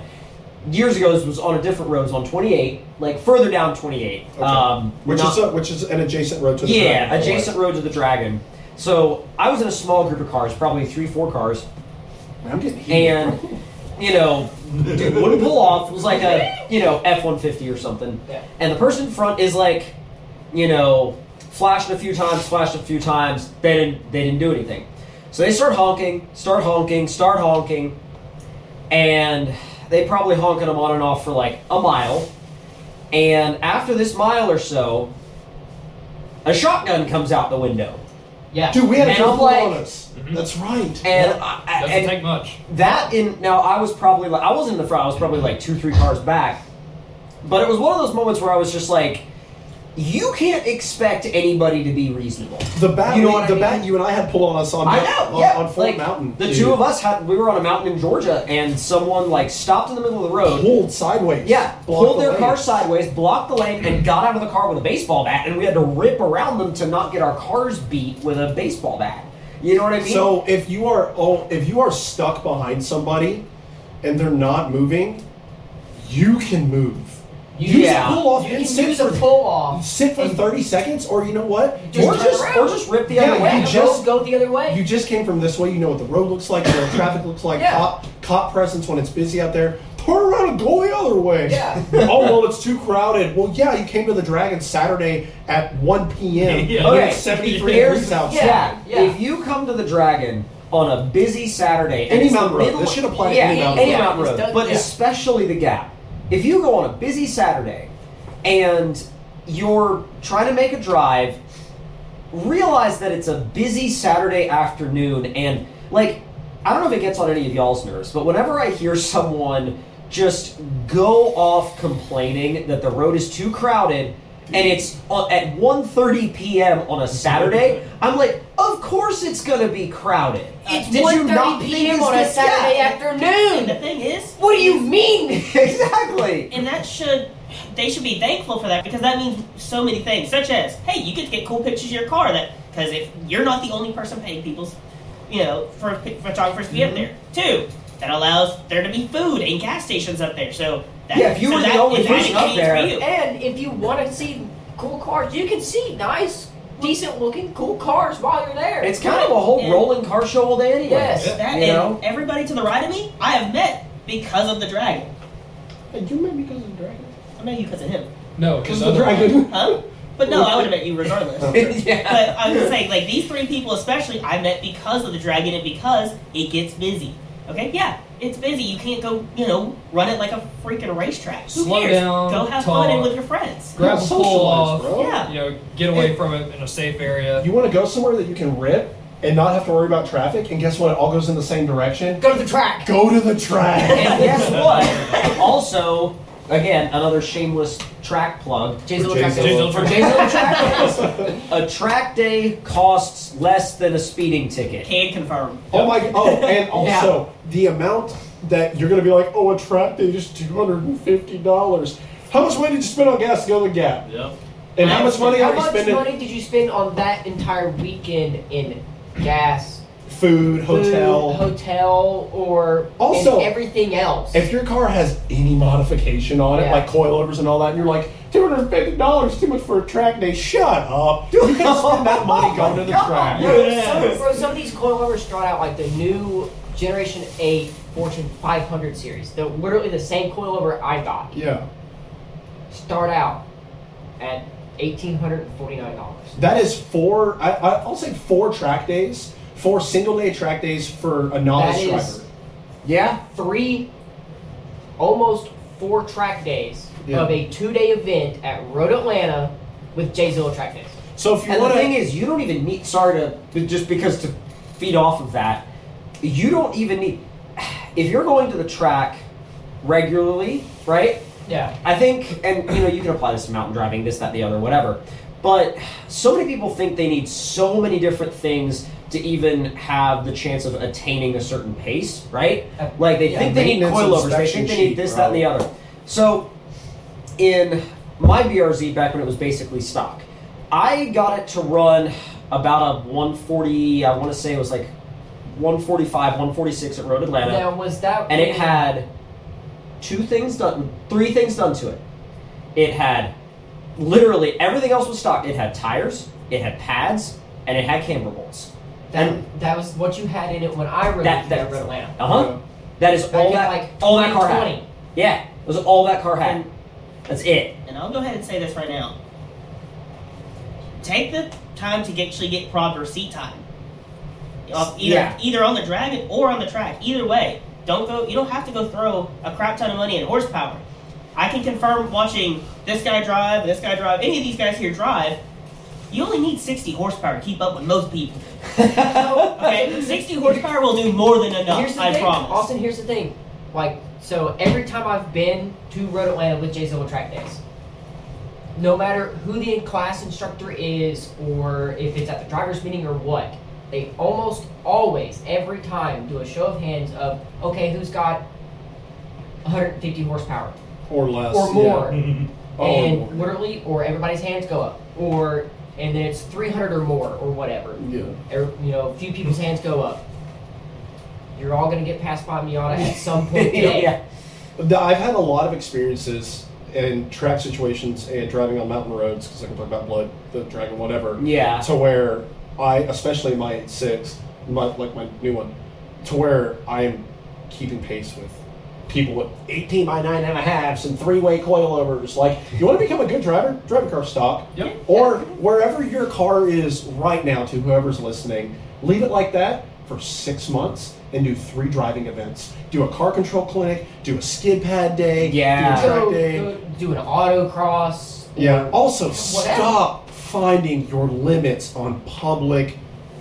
years ago this was on a different road, it was on 28, like further down 28. Um,
which
not-
is a, which is an adjacent road to the
yeah,
Dragon Ball.
adjacent road to the dragon. So I was in a small group of cars, probably three, four cars,
I'm getting heated.
and you know, dude wouldn't pull off. It was like a you know F one fifty or something.
Yeah.
And the person in front is like, you know, flashing a few times, flashing a few times. They didn't they didn't do anything. So they start honking, start honking, start honking, and they probably honking them on and off for like a mile. And after this mile or so, a shotgun comes out the window.
yeah.
dude, we had a
And
couple
I'm like- mm-hmm.
on us. That's right.
And I, I-
Doesn't
and
take much.
That in now I was probably like I wasn't in the front, I was probably like two, three cars back. But it was one of those moments where I was just like, you can't expect anybody to be reasonable.
the bat,
you know
we-
what I
the
mean?
bat you and I had pulled on us on
I
Mount-
know,
on,
yeah.
on Fort
like,
Mountain.
The two of us had we were on a mountain in Georgia and someone like stopped in the middle of the road.
pulled sideways.
Yeah,
Blocked
pulled
the
their
lane.
car sideways, blocked the lane, and got out of the car with a baseball bat, and we had to rip around them to not get our cars beat with a baseball bat. You know what I mean?
So if you are oh if you are stuck behind somebody and they're not moving, you can move. You
Yeah.
just pull off
You
and
can
sit
use a
for
pull off.
sit for thirty seconds, or you know what?
Just
or
turn
just
around.
or just rip the
Yeah,
other
you
way.
And
just-
go the other way.
You just came from this way. You know what the road looks like. You know what traffic looks like.
Yeah.
Cop, cop presence when it's busy out there. Poof, turn around and go the other way.
Yeah.
oh well, it's too crowded. Well, yeah, you came to the Dragon Saturday at 1 p.m.
Yeah.
when
Okay.
it's 73
Here's-
degrees outside.
Yeah,
Yeah.
If you come to the Dragon on a busy Saturday, and
Any
it's the
mountain road.
middle-
This should apply to
yeah,
any mountain
any
road.
mountain
Yeah,
road,
it's done-
but
yeah.
especially the Gap. If you go on a busy Saturday and you're trying to make a drive, realize that it's a busy Saturday afternoon, and like I don't know if it gets on any of y'all's nerves, but whenever I hear someone just go off complaining that the road is too crowded and it's on, at 1.30 p.m. on a Saturday, I'm like, of course it's going to be crowded.
It's
Did you
1.30
not think
p.m.
this
on a
was- yeah.
Saturday
And the
afternoon.
thing is,
What do you mean?
exactly.
and that should they should be thankful for that because that means so many things, such as hey, you get to get cool pictures of your car. That because if you're not the only person paying people's, you know, for pi- photographers to be up
Mm-hmm.
there. Two, that allows there to be food and gas stations up there. So that,
Yeah, if you
so
were the
that,
only
if that
person up
means for
there-
you.
And if you want to see cool cars, you can see nice, decent looking cool cars while you're there.
It's kind of a whole
And-
rolling car show all day anyway.
Yes.
That
You
and
know?
everybody to the right of me, I have met because of the dragon.
Hey, you met because of the Dragon.
I met you because of him,
No,
Because
because
of the Dragon.
huh? But no, I would have met you regardless.
Oh.
yeah.
But I was saying, like these three people especially, I met because of the dragon and because it gets busy. Okay, yeah, it's busy. You can't go, you know, run it like a freaking racetrack. Who
Slow
cares?
down,
go have
talk.
fun and with your friends.
Grab a
Yeah,
pull
socialize,
off.
bro.
Yeah.
You know, get away from it in a safe area.
You want to go somewhere that you can rip and not have to worry about traffic, and guess what? It all goes in the same direction.
Go to the track.
Go to the track.
And guess what? also, again, another shameless track plug.
Jay's little
Jay's
track.
little-
For Jay's Little Track Days, a track day costs less than a speeding ticket.
Can confirm.
oh my! Oh, and also the amount that you're gonna be like, oh, a track day is two hundred and fifty dollars. How much money did you spend on gas to go to the Gap?
Yep.
And how much money
How
are you
much
spending?
money did you spend on that entire weekend in gas,
Food, hotel.
food, hotel, or in
Also-
everything else?
If your car has any modification on it,
Yeah.
like coilovers and all that, and you're like, two hundred and fifty dollars too much for a track day. Shut up! You can spend that
Oh
money going to the track.
Bro, some, bro, some of these coilovers start out like the new Generation 8 Fortune 500 series. They're literally the same coilover I got.
Yeah.
Start out at $1,849.
That is four. I, I- I'll say four track days, four single day track days for a
That
novice
is
driver.
Yeah?
three, almost four track days
Yeah.
of a two day event at Road Atlanta with Jay Zilla track days.
So if you
And the
want
thing
to,
is, you don't even need, sorry to, to- just because to feed off of that, you don't even need, if you're going to the track regularly, right?
Yeah.
I think, and you know, you can apply this to mountain driving, this, that, the other, whatever. But so many people think they need so many different things to even have the chance of attaining a certain pace, right? Like they
Uh, Yeah,
think they need
maintenance
coilovers, they
inspection
think they
sheet,
need this, that, and the
bro.
other. So in my BRZ back when it was basically stock, I got it to run about a 140. I want to say it was like 145, 146 at Road Atlanta
Now, was that.
and it had two things done, three things done to it. It had literally everything else was stock. It had tires, it had pads, and it had camber bolts.
That, that was what you had in it when I rode
That-
it
that-
at Road Atlanta.
Uh huh. That is
Back
all
in,
that
like,
all that car had.
2020.
Yeah, it was all that car had. That's it.
And I'll go ahead and say this right now. Take the time to actually get proper seat time. Uh, Either
Yeah.
either on the dragon or on the track. Either way, don't go. You don't have to go throw a crap ton of money in horsepower. I can confirm watching this guy drive, this guy drive, any of these guys here drive. You only need 60 horsepower to keep up with most people. Okay, 60 horsepower will do more than enough.
Here's the
I
thing,
promise.
Austin. Here's the thing. Like, so every time I've been to Road Atlanta with Jay Zilla track days, no matter who the in-class instructor is, or if it's at the drivers' meeting or what, they almost always, every time, do a show of hands of, okay, who's got 150 horsepower
or less,
or more,
Mm-hmm.
Oh,
and
Lord.
literally, or everybody's hands go up, or and then it's 300 or more or whatever
Yeah.
er- you know, a few people's hands go up. You're all gonna get passed by Miata at some point. today.
yeah.
The- I've had a lot of experiences in track situations and driving on mountain roads because I can talk about blood, the dragon, whatever.
Yeah.
To where I, especially my six, my like my new one, to where I am keeping pace with people with 18 by 9 and a halves and three-way coilovers. Like, you want to become a good driver, drive a car stock.
Yep.
Or wherever your car is right now to whoever's listening, leave it like that for six months and do three driving events. Do a car control clinic, do a skid pad day,
Yeah.
do a track
Go,
day.
go do an autocross.
Yeah. Also,
Whatever.
stop finding your limits on public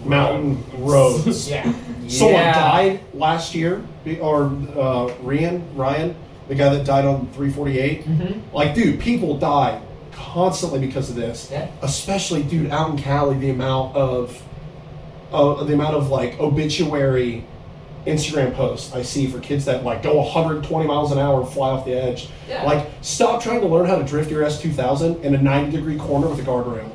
mountain roads.
Yeah.
Someone
Yeah.
died last year, or uh, Ryan, Ryan, the guy that died on 348.
Mm-hmm.
Like, dude, people die constantly because of this.
Yeah.
Especially, dude, out in Cali, the amount of, uh, the amount of like obituary Instagram posts I see for kids that like go 120 miles an hour and fly off the edge.
Yeah.
Like, stop trying to learn how to drift your S2000 in a 90 degree corner with a guardrail.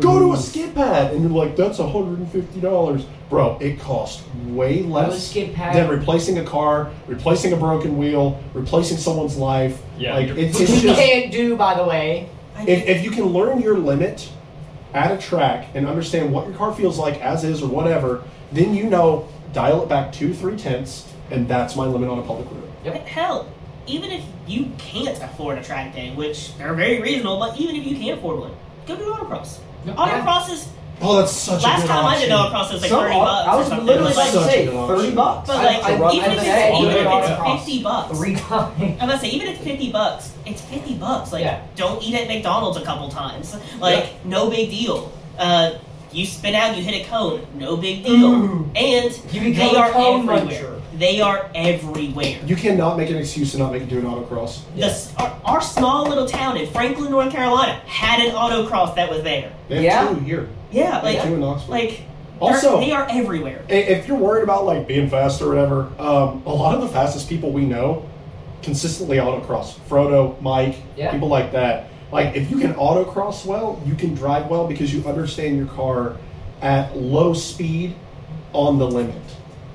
Go to a skid pad, and you're like, that's $150. Bro, it costs way less
skid pad.
than replacing a car, replacing a broken wheel, replacing someone's life.
Yeah.
Like, it's,
Which
it's
you
just, if,
can't do, by the way.
I just-
if you can learn your limit at a track and understand what your car feels like as is or whatever, then you know, dial it back two, three tenths, and that's my limit on a public road.
Hell, even if you can't afford a track day, which they're very reasonable, but even if you can't afford one, go do autocross. Autocross is
Oh, that's such a
last
good
time I did
option.
autocross it was like
Some
thirty bucks.
au- uh, I
or
was
something.
literally
It was
about
like-
to say
Such a good
thirty
option.
bucks.
but like
I, I,
even
I
if
said,
it's, even if
autocross.
it's fifty bucks,
Three times.
I'm gonna say even if it's fifty bucks, it's fifty bucks. Like
Yeah.
don't eat at McDonald's a couple times. Like no big deal. Uh, you spin out, you hit a cone, no big deal.
Ooh.
And
You
they
become a
are
cone
everywhere.
muncher.
They are everywhere.
You cannot make an excuse to not make it do an autocross.
The s our, our small little town in Franklin, North Carolina, had an autocross that was there.
They have
Yeah.
two here.
Yeah,
They
like
have two in Knoxville.
like they're-
Also-
they are everywhere.
I- if you're worried about like being fast or whatever, um, a lot of the fastest people we know consistently autocross. Frodo, Mike,
Yeah.
people like that. Like if you can autocross well, you can drive well because you understand your car at low speed on the limit,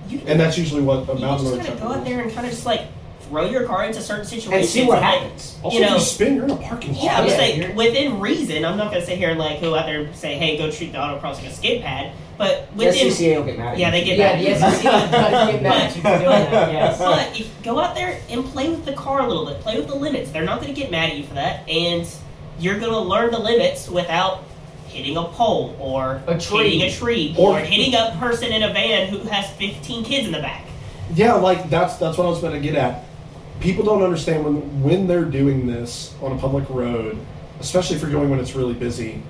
You,
and that's usually what a
you just
mountain
kind
road
of
trucker
go out
is.
there and kind of just like throw your car into certain situations
and see what
like,
happens.
Also,
you
if
know-
you spin, you're in a parking lot.
Yeah, I'm
Yeah,
saying
you're-
within reason. I'm not gonna sit here and like go out there and say, "Hey, go treat the autocross like a skid pad," but
The
within
SCCA will get mad at
yeah,
you.
they get
Yeah,
mad.
the E SEC does get mad at you for doing that. Yes.
But if, go out there and play with the car a little bit. Play with the limits. They're not going to get mad at you for that, and you're going to learn the limits without hitting a pole or
A tree.
hitting a tree
Or-
or, hitting a person in a van who has 15 kids in the back.
Yeah, like that's that's what I was going to get at. People don't understand when when they're doing this on a public road, especially if you're going when it's really busy.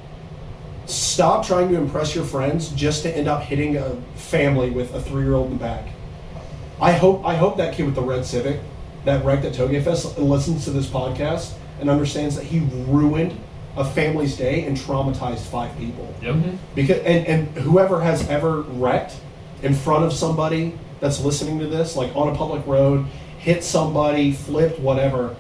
Stop trying to impress your friends just to end up hitting a family with a three year old in the back. I hope I hope that kid with the red Civic that wrecked at Toge Fest listens to this podcast and understands that he ruined a family's day and traumatized five people
Yep.
because and, and whoever has ever wrecked in front of somebody that's listening to this like on a public road hit somebody flipped whatever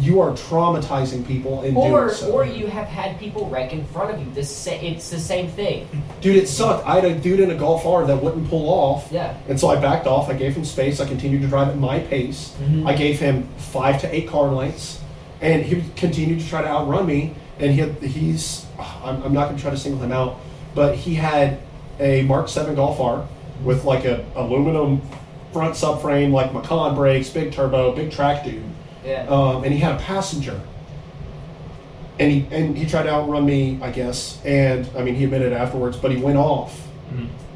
you are traumatizing people in
Or,
doing so.
or you have had people wreck in front of you. This sa- it's the same thing.
dude it sucked i had a dude in a golf r that wouldn't pull off
Yeah.
and so i backed off i gave him space i continued to drive at my pace i gave him five to eight car lengths and he continued to try to outrun me and he had, he's i'm, I'm not going to try to single him out but he had a mark 7 golf r with like a aluminum front subframe like macan brakes big turbo big track dude
Yeah.
um, and he had a passenger and he and he tried to outrun me, I guess. And I mean, he admitted afterwards, but he went off.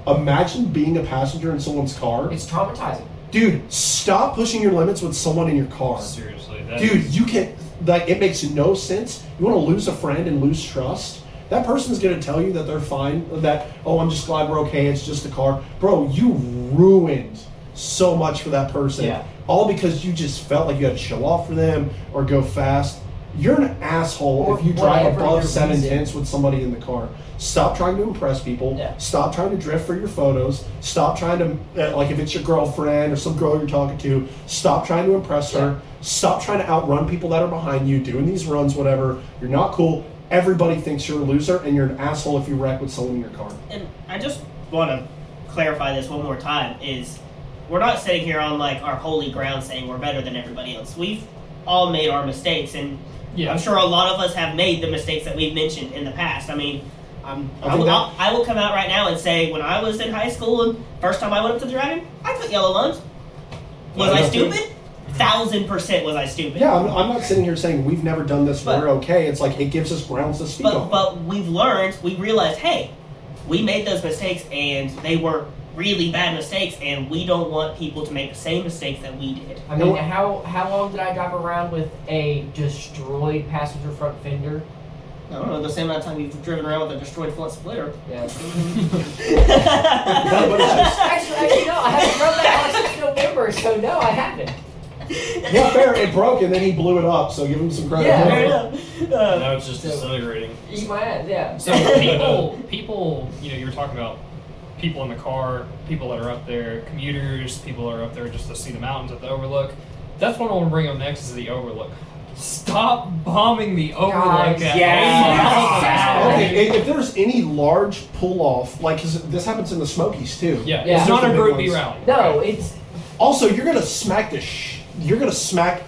Imagine being a passenger in someone's car,
It's traumatizing.
dude. Stop pushing your limits with someone in your car,
Seriously, that
dude. You can like it makes no sense. You want to lose a friend and lose trust. That person's gonna tell you that they're fine. That oh, I'm just glad we're okay. It's just a car, bro. You ruined so much for that person,
Yeah.
all because you just felt like you had to show off for them or go fast. You're an asshole
Or
if you drive
whatever
above
your
seven
reason.
tenths with somebody in the car. Stop trying to impress people.
Yeah.
Stop trying to drift for your photos. Stop trying to, uh, like, if it's your girlfriend or some girl you're talking to, stop trying to impress her. Stop trying to outrun people that are behind you, doing these runs, whatever. You're not cool. Everybody thinks you're a loser, and you're an asshole if you wreck with someone in your car.
And I just want to clarify this one more time: is we're not sitting here on like our holy ground saying we're better than everybody else. We've all made our mistakes, and
Yeah.
I'm sure a lot of us have made the mistakes that we've mentioned in the past. I mean, I'm,
I
I,
think
will,
that-
I will come out right now and say when I was in high school and first time I went up to the dragon, I put yellow lines. Was
Yeah,
I
that's
stupid? thousand percent was I stupid.
Yeah, I'm, I'm not sitting here saying we've never done this.
But-
we're okay. It's like it gives us grounds to speak
But
on.
but we've learned, we realized, hey, we made those mistakes and they were really bad mistakes, and we don't want people to make the same mistakes that we did.
I mean, how how long did I drive around with a destroyed passenger front fender?
I don't know the same amount of time you've driven around with a destroyed front splitter.
Yeah.
but it's just-
actually, actually, no, I haven't driven that car since November, so no, I haven't.
yeah, fair. It broke, and then he blew it up. So give him some credit.
Yeah,
Fair enough. Uh,
Now it's just disintegrating.
Eat my ass, yeah.
So people, people, you know, you were talking about people in the car, people that are up there, commuters, people that are up there just to see the mountains at the overlook. That's what I want to bring up next is the overlook. Stop bombing the overlook. at Oh,
yes.
all times.
Okay, i- if there's any large pull off, like 'cause this happens in the Smokies too.
Yeah,
Yeah.
it's not a
Those are
group
the big
B
ones.
rally.
No, it's
Also, you're gonna smack the sh- you're gonna smack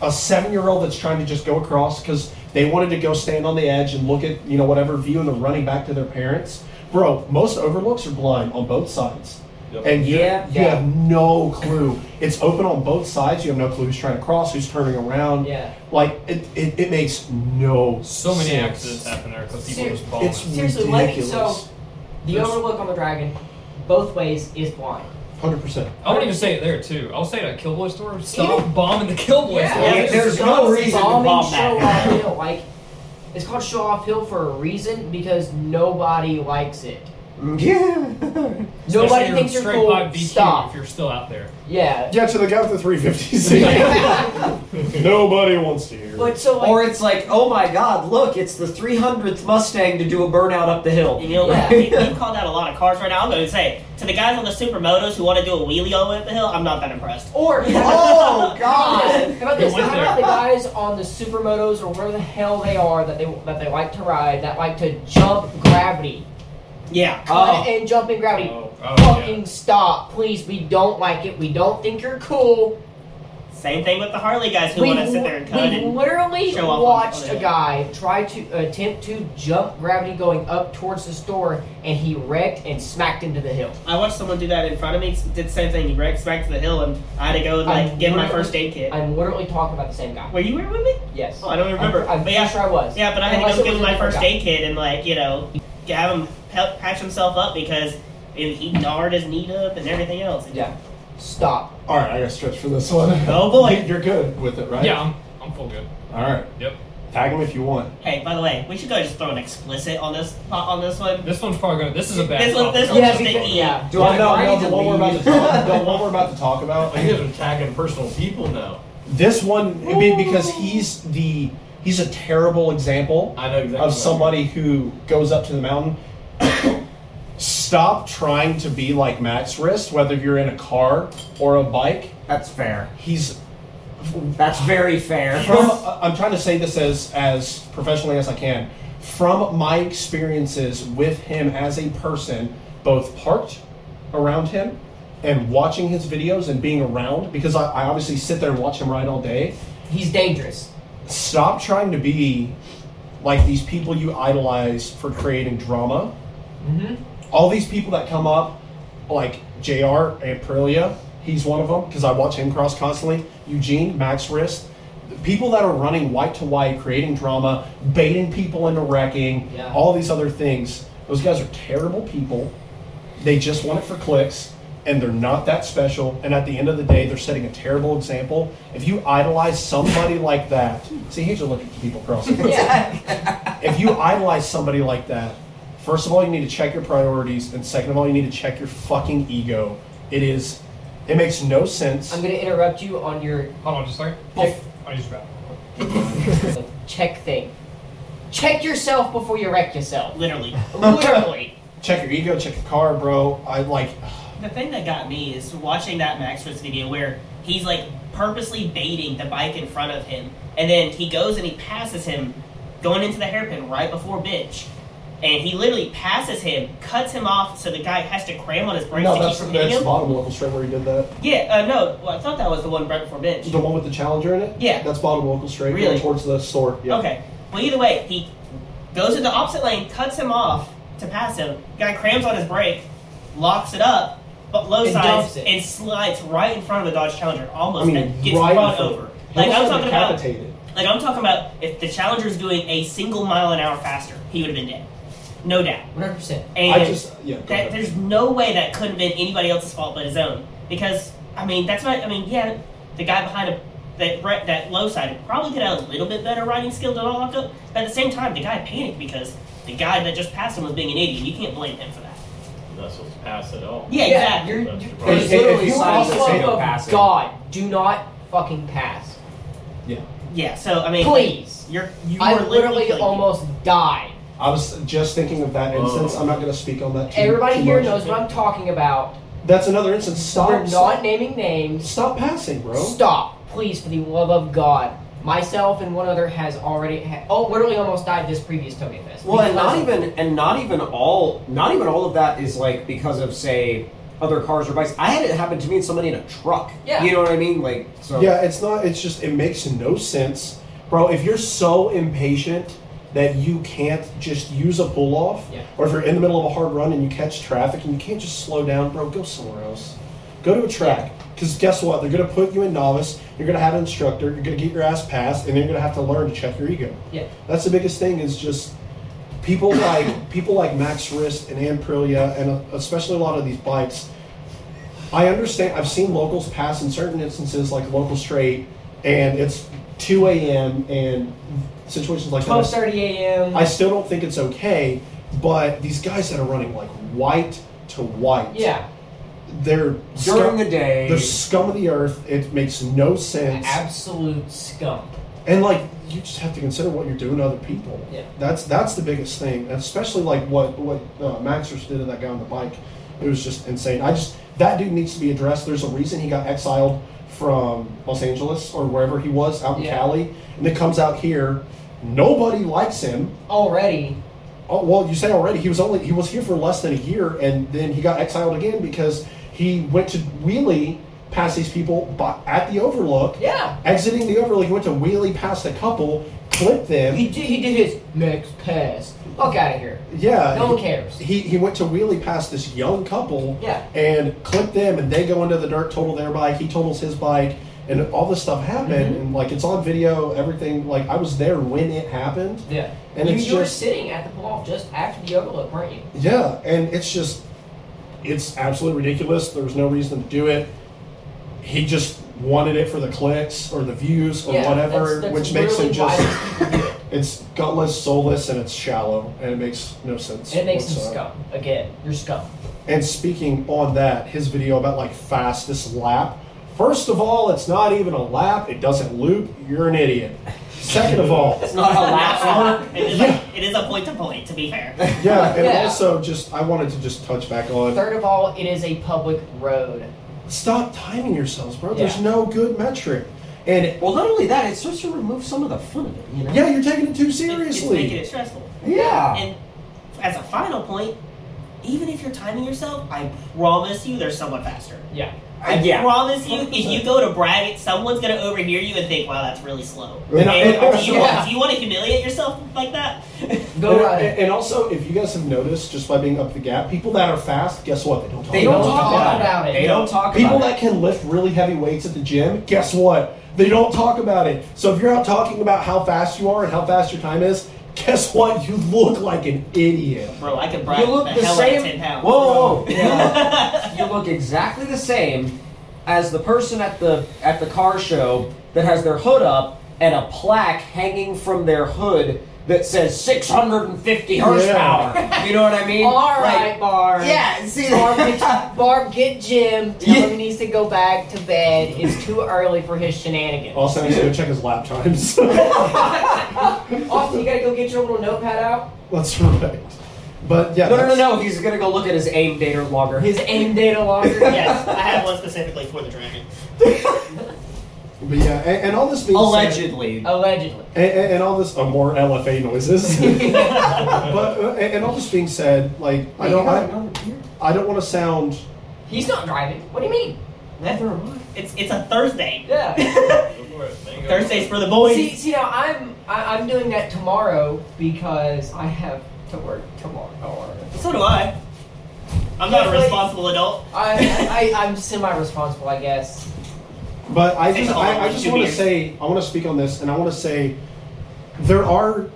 a seven year old that's trying to just go across because they wanted to go stand on the edge and look at you know whatever view and they're running back to their parents. Bro, most overlooks are blind on both sides.
Yep.
And you,
Yeah,
you
yeah.
have no clue. It's open on both sides. You have no clue who's trying to cross, who's turning around.
Yeah.
Like it, it, it makes no
So many
sense.
accidents happen there because people
Ser-
just bomb.
It's
it.
Seriously, let me-
ridiculous.
so- the overlook on the dragon, both ways is blind.
Hundred percent.
I won't even say it there too. I'll say it at Killboy Store. Stop bombing the Killboy
Yeah.
Store.
Yeah,
It's
there's
just-
no
It's
reason to
bombing
bomb that.
Show Off Hill. Like, it's called Show Off Hill for a reason because nobody likes it.
Yeah.
Nobody
Especially
thinks you're
straight
cool.
by BQ
Stop.
If you're still out there,
Yeah.
Yeah, to the guy with the 350 seat. Nobody wants to hear.
But so like,
Or it's like, oh my god, look, it's the 300th Mustang to do a burnout up the hill.
And you know,
Yeah.
what? we, we've called out a lot of cars right now. I'm going to say, to the guys on the supermotos who want to do a wheelie all the way up the hill, I'm not that impressed.
or
oh
How
god!
about this?
They went
How about the
there.
guys on the supermotos or where the hell they are that they that they like to ride that like to jump gravity,
Yeah.
cut
Oh.
and jumping gravity?
Oh, oh,
Fucking
yeah.
stop, please. We don't like it. We don't think you're cool.
Same thing with the Harley guys who
we
want to sit there and cut
we
and
literally
show off on-
watched
on
a
it.
guy try to attempt to jump gravity going up towards the store, and he wrecked and smacked into the hill.
I watched someone do that in front of me. Did the same thing. He wrecked back to the hill, and I had to go like
I'm
get my
literally-
first aid kit.
I'm literally talking about the same guy.
Were you there with me?
Yes.
Oh, I don't remember.
I'm, I'm
but yeah,
pretty sure I was.
yeah, but I had
Unless
to go
it
give
was
my
a different
first
guy.
aid kit and like you know have him help patch himself up because it, he gnarred his knee up and everything else. And
Yeah. Stop.
All right, I got to stretch for this one.
Oh, boy.
you're good with it, right?
yeah, I'm, I'm full good.
All right,
Yep.
tag him if you want.
Hey, by the way, we should go just throw an explicit on this on this one.
This one's probably gonna. This is a bad.
This one,
topic.
this one's
Yeah,
just an
because-
E.
yeah.
Do I
No, no,
know? I need
the
to
one we're about to
leave.
talk, the one we're about to talk about.
Like, you guys are attacking personal people now.
This one, I mean, because he's the he's a terrible example
I know exactly.
of
what
somebody who goes up to the mountain. Stop trying to be like Max Wrist, whether you're in a car or a bike.
That's fair.
He's
That's very fair.
from I- I'm trying to say this as as professionally as I can. From my experiences with him as a person, both parked around him and watching his videos and being around, because I, I obviously sit there and watch him ride all day.
He's dangerous.
Stop trying to be like these people you idolize for creating drama. All these people that come up, like JR and Prilia, he's one of them because I watch him cross constantly. Eugene, Max Wrist, people that are running white to white, creating drama, baiting people into wrecking,
Yeah.
all these other things. Those guys are terrible people. They just want it for clicks, and they're not that special. And at the end of the day, they're setting a terrible example. If you idolize somebody like that, see, here's a look at the people crossing. If you idolize somebody like that, first of all, you need to check your priorities, and second of all, you need to check your fucking ego. It is, it makes no sense.
I'm gonna interrupt you on your
Hold on, just a second.
Oh.
Check.
I just grabbed.
check thing. Check yourself before you wreck yourself.
Literally, literally.
Check your ego, check your car, bro. I like.
The thing that got me is watching that Max Fritz video where he's like purposely baiting the bike in front of him, and then he goes and he passes him, going into the hairpin right before bitch, and he literally passes him, cuts him off, so the guy has to cram on his brakes
No,
to
that's
keep from hitting
that's
him.
bottom level straight where he did that.
Yeah, uh, no, well, I thought that was the one right before bitch.
The one with the challenger in it.
Yeah.
that's bottom local straight
Really?
going towards the store. Yeah.
Okay. Well, either way, he goes in the opposite lane, cuts him off to pass him. Guy crams on his brake, locks it up, but low
And
sides
dumps it.
and slides right in front of the Dodge Challenger, almost
I mean,
and gets
right in
run
front.
over.
He
Like I'm
almost got
talking about,
decapitated.
like I'm talking about, if the Challenger's doing a single mile an hour faster, he would have been dead, no doubt.
100%.
And
I just yeah. go
that,
ahead.
there's no way that could have been anybody else's fault but his own. Because I mean, that's not. I mean, yeah, the guy behind him, that re- that low side probably could have a little bit better riding skill than all of them. But at the same time, the guy panicked because the guy that just passed him was being an idiot. You can't blame him for that.
That's what's passed at all.
Yeah, exactly.
You're,
That's
you're,
right.
there's
If- if
literally
you
signs
also
of
say no
love of
passing.
God, do not fucking pass.
Yeah. So I mean,
Please.
you're you
I
were
literally
like-
almost died.
I was just thinking of that instance. I'm not going to speak on that. Too,
Everybody
too
here
much.
knows what I'm talking about.
That's another instance. Stop.
We're not
stop,
naming names.
stop passing, bro.
Stop, please, for the love of God. Myself and one other has already ha- oh literally almost died this previous Toby Fest.
Well, and not
Because-
even and not even all not even all of that is like because of say other cars or bikes. I had it happen to me and somebody in a truck.
Yeah.
you know what I mean. Like so.
Yeah, it's not. It's just it makes no sense, bro. If you're so impatient that you can't just use a pull off,
Yeah.
or if you're in the middle of a hard run and you catch traffic and you can't just slow down, bro, go somewhere else. Go to a track. Because guess what? They're going to put you in novice. You're going to have an instructor. You're going to get your ass passed, and then you're going to have to learn to check your ego.
Yeah.
That's the biggest thing. Is just people like people like Max Rist and Amprilia, and uh, especially a lot of these bikes. I understand. I've seen locals pass in certain instances, like local straight, and it's 2 a.m. and situations like
twelve
that.
thirty a.m.
I still don't think it's okay, but these guys that are running like white to white,
yeah,
they're
During the day.
they're scum of the earth. It makes no sense.
absolute scum.
And like you just have to consider what you're doing to other people.
Yeah.
That's that's the biggest thing, and especially like what what uh, Maxers did to that guy on the bike. It was just insane. I just that dude needs to be addressed. There's a reason he got exiled from Los Angeles or wherever he was out in
Yeah.
Cali, and then comes out here. Nobody likes him.
Already,
Oh, well, you say already he was only he was here for less than a year, and then he got exiled again because he went to Wheelie past these people by, at the Overlook
yeah.
exiting the overlook, he went to wheelie past a couple, clipped them.
He did, he did his next pass. Fuck out of here.
Yeah.
No one cares.
He, he went to wheelie past this young couple
Yeah.
and clipped them, and they go into the dirt, total their bike, he totals his bike, and all this stuff happened.
Mm-hmm.
And like it's on video, everything. Like I was there when it happened.
Yeah,
And
you,
it's
you were
just-
sitting at the pull-off just after the overlook, weren't you?
Yeah, and it's just, it's absolutely ridiculous. There was no reason to do it. He just wanted it for the clicks or the views or
Yeah, that's-
whatever,
that's
which makes him
literally why
just. It's gutless, soulless, and it's shallow, and it makes no sense.
And it makes him
whatsoever.
scum again. You're scum.
And speaking on that, his video about like fastest lap. First of all, it's not even a lap. It doesn't loop. You're an idiot. Second of all,
It's not a lap. it, is
Yeah.
like, it is a point to point. To be fair,
yeah, and
Yeah.
also just I wanted to just touch back on
Third of all, it is a public road.
stop timing yourselves, bro. There's
Yeah.
no good metric. And
Well, not only that, it starts to remove some of the fun of it. You know.
yeah, you're taking it too
it's
seriously.
making it stressful.
Yeah.
And as a final point, even if you're timing yourself, I promise you, there's someone faster.
Yeah.
I
Yeah.
promise you, if you go to brag it, someone's gonna overhear you and think, "Wow, that's really slow."
And-
And
and
do, you
also-
want, do you want to humiliate yourself like that?
Go
and,
ride it.
and- and also, if you guys have noticed, just by being up the gap, people that are fast, guess what? They don't talk
They
about
don't
it.
talk
talk
about
about
it.
it.
They don't talk
People
about
that can lift really heavy weights at the gym, guess what? They don't talk about it. So if you're out talking about how fast you are and how fast your time is, guess what? You look like an idiot.
Bro, I could brag
You look
the,
the
hell out of
same.
ten pounds.
Whoa, whoa! You, look, you look exactly the same as the person at the at the car show that has their hood up and a plaque hanging from their hood that says 650 horsepower. You know what I mean?
All right,
Like,
Barb.
yeah. See,
Barb, get, Barb, get Jim. Tell
Yeah.
him he needs to go back to bed. It's too early for his shenanigans.
Also, I need to go check his lap times.
Austin, you gotta go get your little notepad out.
That's right. But yeah,
no, no, no,
that's-
no. He's gonna go look at his aim data logger.
His aim data logger.
yes, I have one specifically for the dragon.
But yeah, and, and all this being said,
allegedly.
Allegedly.
and, and- and all this, uh, more LFA noises. but uh, and, and all this being said, like I don't, I, I don't want to sound.
He's not driving. What do you mean?
Never mind.
It's it's a Thursday.
Yeah.
Go for it. There you go.
Thursdays for the boys.
See, see now I'm I, I'm doing that tomorrow because I have to work tomorrow.
so do I. I'm not a
Please.
responsible adult.
I, I, I'm semi-responsible, I guess.
But I
It's
just,
all
I, I just
two
want to
beers.
say, I want to speak on this, and I want to say, there are,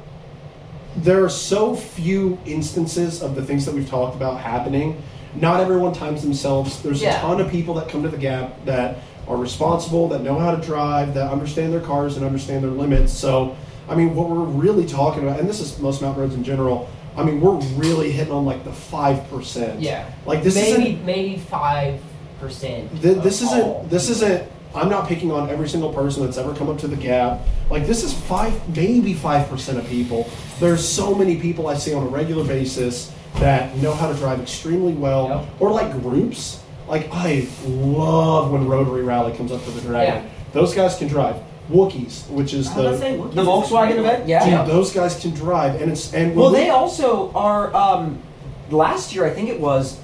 there are so few instances of the things that we've talked about happening. Not everyone times themselves. There's
Yeah.
a ton of people that come to the gap that are responsible, that know how to drive, that understand their cars and understand their limits. So, I mean, what we're really talking about, and this is most mountain roads in general. I mean, we're really hitting on like the five percent.
Yeah.
Like this isn't
maybe maybe five percent.
Th- this
Oh.
isn't. This isn't. I'm not picking on every single person that's ever come up to the gap. Like this is five, maybe five percent of people. There's so many people I see on a regular basis that know how to drive extremely well,
Yep.
or like groups. Like I love when Rotary Rally comes up to the Dragon. Those guys can drive. Wookiees, which is
I'm
the
not saying Wookiees
The
is
Volkswagen
great.
event,
dude,
yeah.
those guys can drive, and it's and
Well,
when-
they also are. Um, last year, I think it was,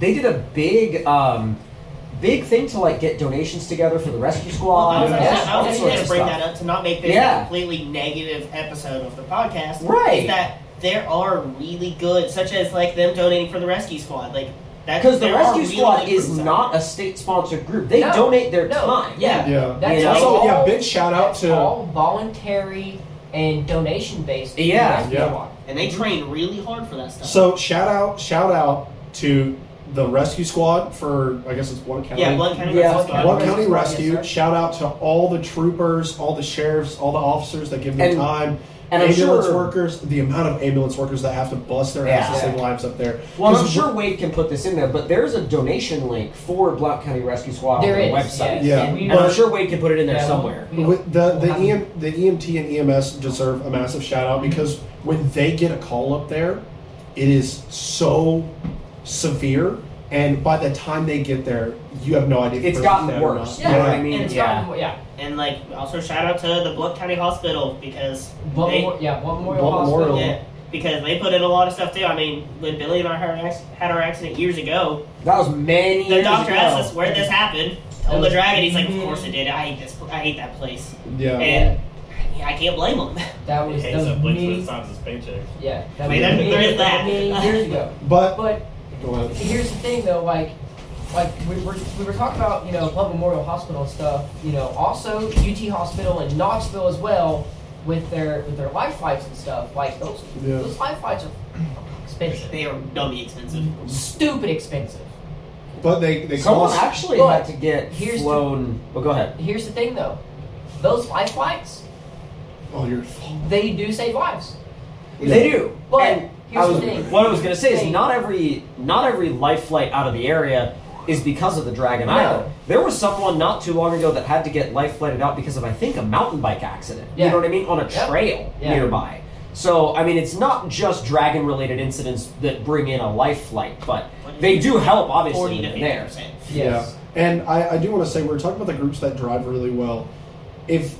they did a big, um, big thing to like get donations together for the rescue
Well,
squad.
I was
and
actually, I
all
was actually going
sorts of
to bring
stuff.
that up to not make this
Yeah.
a completely negative episode of the podcast.
Right.
Is that there are really good, such as like them donating for the rescue squad, like that
Because the
there are
rescue
really
squad
good
is
groups out
not a state-sponsored group. They
No.
donate their
No.
time.
Yeah.
yeah.
That's
Yeah.
like
Also, yeah,
all-
big shout out
that's
to-
all voluntary and donation based.
Yeah.
Yeah.
there. and they train really hard for that stuff.
So shout out, shout out to the rescue squad for I guess it's one county.
yeah, Blunt County
Yeah.
Rescue Squad.
Blount
Yes,
County
sir.
Rescue. shout out to all the troopers, all the sheriffs, all the officers that give their
And-
time.
and I'm
ambulance
sure-
workers, the amount of ambulance workers that have to bust their
Yeah.
asses and lives up there.
Well, I'm
'Cause
sure Wade can put this in there, but there's a donation link for Blount County Rescue Squad
There
on
is.
their website.
Yeah.
And we
And I'm
are-
sure Wade can put it in there
yeah, we'll-
somewhere.
we'll-
With the
we'll
the,
have-
EM, the EMT and EMS deserve a massive shout out because when they get a call up there, it is so severe, and by the time they get there, you have no idea. if
It's
the person's
gotten
dead or not.
worse.
Yeah.
You know what I mean?
And it's
yeah.
Yeah. yeah.
And like also shout out to the Blunt County Hospital because
One
they,
more, yeah, one more
One
hospital.
Oh.
more.
yeah, because they put in a lot of stuff too. I mean, when Billy and I had our, acc- had our accident years ago,
That was many
The
years
doctor
ago.
asked us where this happened. Told the dragon, he's like, "Of course it did. I hate this. I hate that place."
Yeah.
And yeah, I can't blame him.
That was
He
that
pays
was
up like
many,
three times his paycheck.
yeah, that
I
was
mean, there-
many,
there is that.
many years ago.
But
But
go ahead.
here's the thing though, like, like we were, we were talking about, you know, Club Memorial Hospital and stuff, you know, also UT Hospital in Knoxville as well with their, with their life flights and stuff, like those,
Yeah.
those life flights are fucking expensive.
They are dummy expensive.
Stupid expensive.
But they they
Someone
cost.
actually
But
had to get
here's the-
flown. Well, go ahead.
Here's the thing though, those life flights,
Oh, you're.
they do save lives.
They do.
But
and
here's
I was,
the thing.
What I was going to say is
Thing.
not every not every life flight out of the area is because of the Dragon
No.
Island. There was someone not too long ago that had to get life flighted out because of I think a mountain bike accident. You
Yeah.
know what I mean? On a
Yep.
trail
Yeah.
nearby. So I mean, it's not just dragon related incidents that bring in a life flight, but they do help obviously
Forty to
when
fifty
they're there.
percent.
Yes.
Yeah. And I, I do want to say, we we're talking about the groups that drive really well. If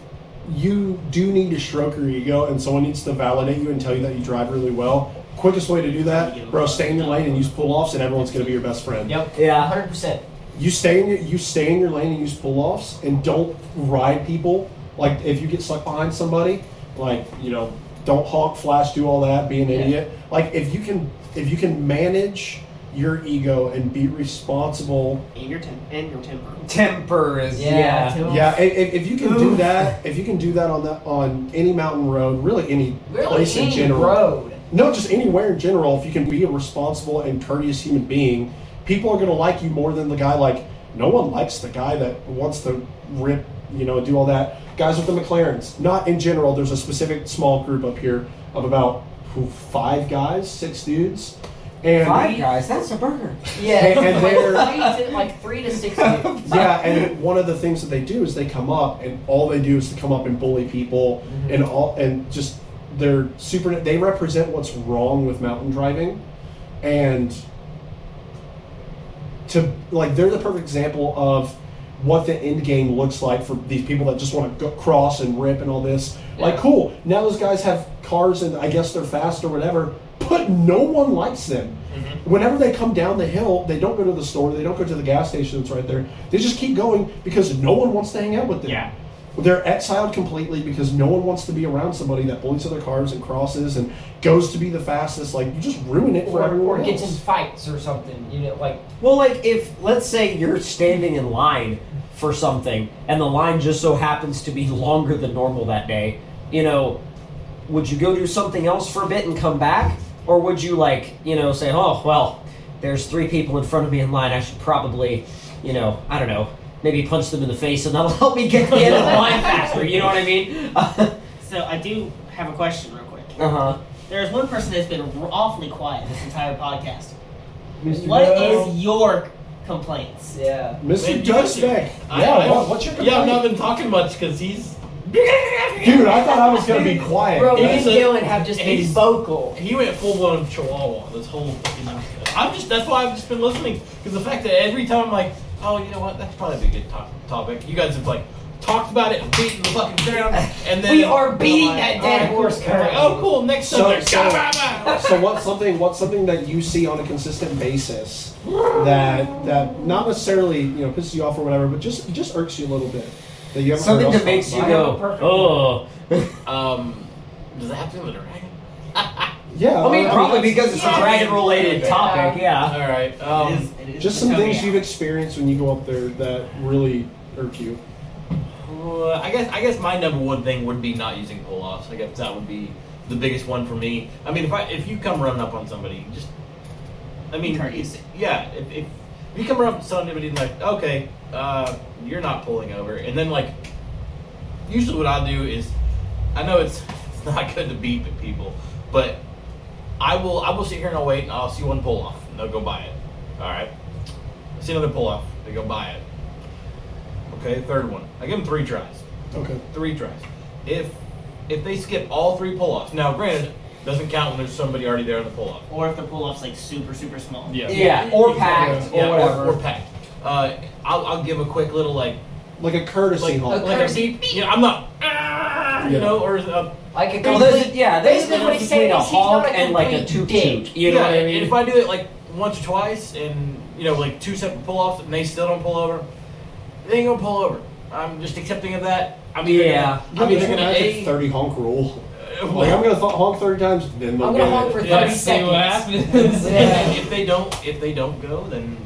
you do need to stroke your ego and someone needs to validate you and tell you that you drive really well, quickest way to do that, bro, stay in your lane and use pull offs, and everyone's going to be your best friend.
Yep.
Yeah.
hundred percent.
You stay in your, you stay in your lane and use pull offs, and don't ride people. Like if you get stuck behind somebody, like you know, don't honk, flash, do all that, be an
Yeah.
idiot. Like if you can if you can manage your ego and be responsible
And your tem- and your temper.
Temper is
Yeah. too.
Yeah, i- if, if you can do that, if you can do that on that on any mountain road, really any
Really,
place in
any
general,
road.
no, just anywhere in general, if you can be a responsible and courteous human being, people are gonna like you more than the guy. Like no one likes the guy that wants to rip, you know, do all that. Guys with the McLarens, not in general. There's a specific small group up here of about who, five guys, six dudes, and
Five guys, that's a burger.
Yeah.
And- and they're-
Three to- like three to six years.
yeah, and one of the things that they do is they come up and all they do is to come up and bully people and all and just they're super they represent what's wrong with mountain driving and to like they're the perfect example of what the end game looks like for these people that just want to go cross and rip and all this. Like, cool. Now those guys have cars and I guess they're fast or whatever, but no one likes them.
Mm-hmm.
Whenever they come down the hill, they don't go to the store, they don't go to the gas station that's right there. They just keep going because no one wants to hang out with them.
Yeah.
They're exiled completely because no one wants to be around somebody that blinks other cars and crosses and goes to be the fastest. Like you just ruin it for
or,
everyone
or gets in
else.
fights or something. You know, like
Well, like if let's say you're standing in line for something, and the line just so happens to be longer than normal that day, you know, would you go do something else for a bit and come back, or would you like, you know, say, oh well, there's three people in front of me in line, I should probably, you know, I don't know, maybe punch them in the face, and that'll help me get to the end of the line faster. You know what I mean? Uh
So I do have a question, real quick.
huh.
There's one person that's been awfully quiet this entire podcast. What is
Mr. Bell.
your complaints?
yeah.
Mr.
Wait, you guys-
Dustbeck. Yeah,
I- I-
what- what's your
Yeah, I've
complaint?
not been talking much because he's
Dude, I thought I was gonna be quiet.
Bro, we
Yeah.
and Dylan have just been
He's-
vocal.
he went full blown Chihuahua this whole fucking. I'm just that's why I've just been listening because the fact that every time I'm like, oh, you know what, that's probably a good to- topic. You guys have like talked about it, beating the fucking ground, and then
We are beating
I'm
that
like,
dead
"All right."
horse
I'm like,
currently.
oh, cool. Next
So-
subject.
so-
So,
so what's something what's something that you see on a consistent basis that that not necessarily you know pisses you off or whatever, but just just irks you a little bit that you haven't heard
Something
else
that
talk
makes you
about?
go, oh.
um, does that have to do with the dragon?
Yeah, uh,
I mean, probably
that's-
because it's a dragon-related topic. Yeah.
All right. Um,
It is- it is
just some things
Utopia.
you've experienced when you go up there that really irk you.
Uh, I guess I guess my number one thing would be not using pull offs. I guess that would be the biggest one for me. I mean, if I if you come running up on somebody, just I mean,
Turn.
it's- yeah, if, if you come running up to somebody and like, okay, uh, you're not pulling over, and then like, usually what I do is, I know it's it's not good to beep at people, but I will I will sit here and I'll wait and I'll see one pull off and they'll go buy it. All right, I see another pull off, they go buy it. Okay, third one, I give them three tries
Okay.
three tries. If if they skip all three pull-offs, now granted, doesn't count when there's somebody already there on the pull-off.
Or if the pull off's like super, super small.
Yeah.
Yeah, or packed,
Yeah,
or whatever.
Or, packed. Uh, I'll, I'll give a quick little like
Like a courtesy
like,
honk.
like a beep. You know, I'm not "Ah," you
Yeah.
know or a,
Like a
Well, there's
complete.
a, yeah, there's a
basically what
difference
he's
between
saying
a
is he's not
honk
a
and like a
complete
toot
dick.
toot. You know
yeah,
what I
and
mean?
If I do it like once or twice, and you know like two separate pull-offs, and they still don't pull over, they ain't gonna pull over. I'm just accepting of that. I'm either
Yeah.
Gonna, I'm either
Imagine
gonna
the
a,
thirty honk rule.
uh,
Like I'm gonna th- honk thirty times, then they'll
I'm gonna
get
honk
it.
for thirty
Yeah, see
seconds.
what happens.
Yeah.
if they don't if they don't go then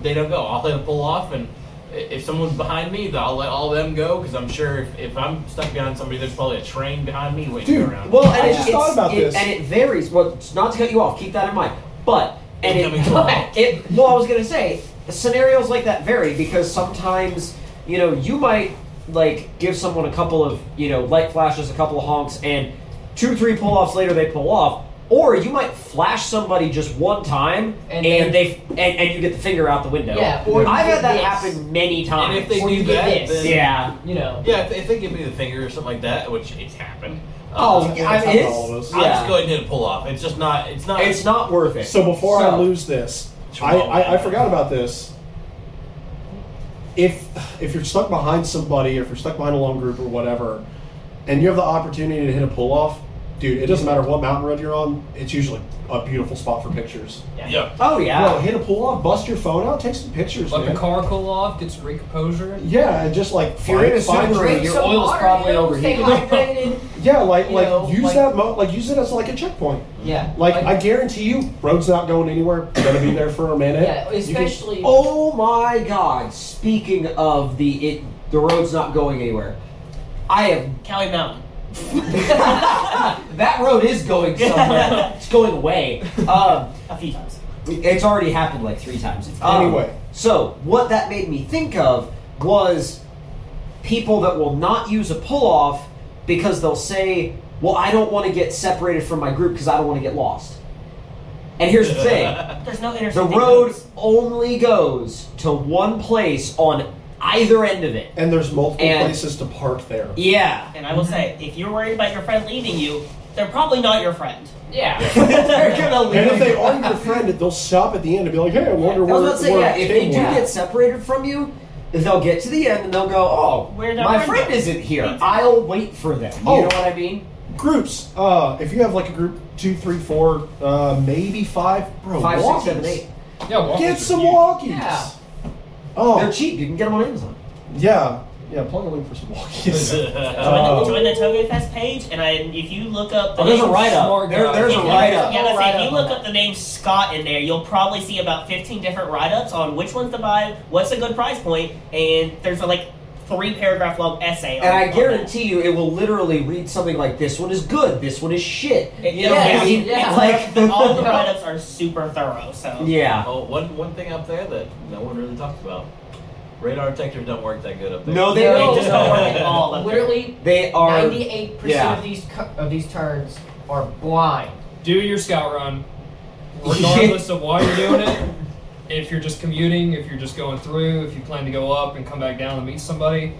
they don't go i'll let them pull off and i- if someone's behind me then i'll let all of them go because i'm sure if, if i'm stuck behind somebody there's probably a train behind me waiting
Dude,
around
well, and
I
it-
just
it's,
thought about
it-
this.
and it varies. Well, not to cut you off, keep that in mind. But and it,
Incoming call.
it well, I was gonna say scenarios like that vary because sometimes you know you might like give someone a couple of you know light flashes, a couple of honks, and two three pull offs later they pull off. Or you might flash somebody just one time, and,
And then-
they and, and you get the finger out the window.
Yeah, or you
I've
get
had that
this.
happen many
and
times.
if they
Or
do
you get
that
this.
then,
yeah,
You know.
yeah if, if they give me the finger or something like that which it's happened
Oh,
uh,
I mean, it's,
All of us.
i'll
yeah.
just go ahead and hit a pull off it's just not it's not
it's not worth it.
So before I
So-
lose this, I, I, I forgot about this. If if you're stuck behind somebody, or if you're stuck behind a long group or whatever, and you have the opportunity to hit a pull off, dude, it doesn't matter what mountain road you're on. It's usually a beautiful spot for pictures.
yeah
oh yeah.
Bro, hit a pull off, bust your phone out, take some pictures,
Let
man.
the car cool off, get some recomposure.
Yeah, and just like
If you're in a
find-
Subaru,
find-
your
Some
oil's
water,
probably
you know,
overheated.
Stay hydrated.
yeah, like
you
like
know,
use
like-
that mo- like use it as like a checkpoint.
yeah.
Like, I guarantee you, road's not going anywhere. You're gonna be there for a minute.
Yeah,
You can-
especially.
Oh my god! Speaking of the it, the road's not going anywhere. I have
Cali Mountain.
that road is going somewhere. it's going away. Um,
A few times.
It's already happened like three times.
Anyway.
So, what that made me think of was people that will not use a pull off because they'll say, Well, I don't want to get separated from my group because I don't want to get lost. And here's the thing
There's no
the
intersecting
road
roads.
only goes to one place on either end of it.
and there's multiple
And-
places to park there.
Yeah.
And I will say, if you're worried about your friend leaving you, they're probably not your friend.
Yeah.
They're gonna
And if
leave.
they are your friend, they'll stop at the end and be like, "Hey, I wonder
I
where."
was about to say,
where
yeah, if they
Tim
do
went."
get separated from you, they'll get to the end and they'll go, oh,
Where'd that
my
friend
friend
go?"
isn't here. I'll wait for them. You
Oh.
know what I mean?
groups, uh, if you have like a group two, three, four, uh, maybe five, bro,
Five, six,
walkies.
seven, eight.
Yeah, walk
Get
with
some
you.
walkies.
Yeah.
They're
Oh
cheap. You can get them on Amazon.
yeah, Yeah, plug a link for some walkies.
Yes.
Uh,
Join, the, join the Toge Fest page, and I, if you look up the
Oh, there's a
name-
write up.
Smart
There,
guy.
there's a
Yeah,
write up.
Yeah, let's say if
Write-up
you
on
look
that.
up the name Scott in there, you'll probably see about 15 different write ups on which ones to buy, what's a good price point, and there's a like three paragraph long essay. On,
And I
on
guarantee you, it will literally read something like, "This one is good. This one is shit."
that. It-
Yeah,
yeah,
I mean,
it's
like-
like all the write ups are super thorough. So
Yeah.
Oh, one one thing up there that no one really talks about. Radar detectors don't work that good up there.
No, they
They
don't.
just don't work at all. up there.
Literally,
They are.
ninety-eight
yeah.
percent of these cu- of these turns are blind.
Do your scout run, regardless of why you're doing it. If you're just commuting, if you're just going through, if you plan to go up and come back down and meet somebody,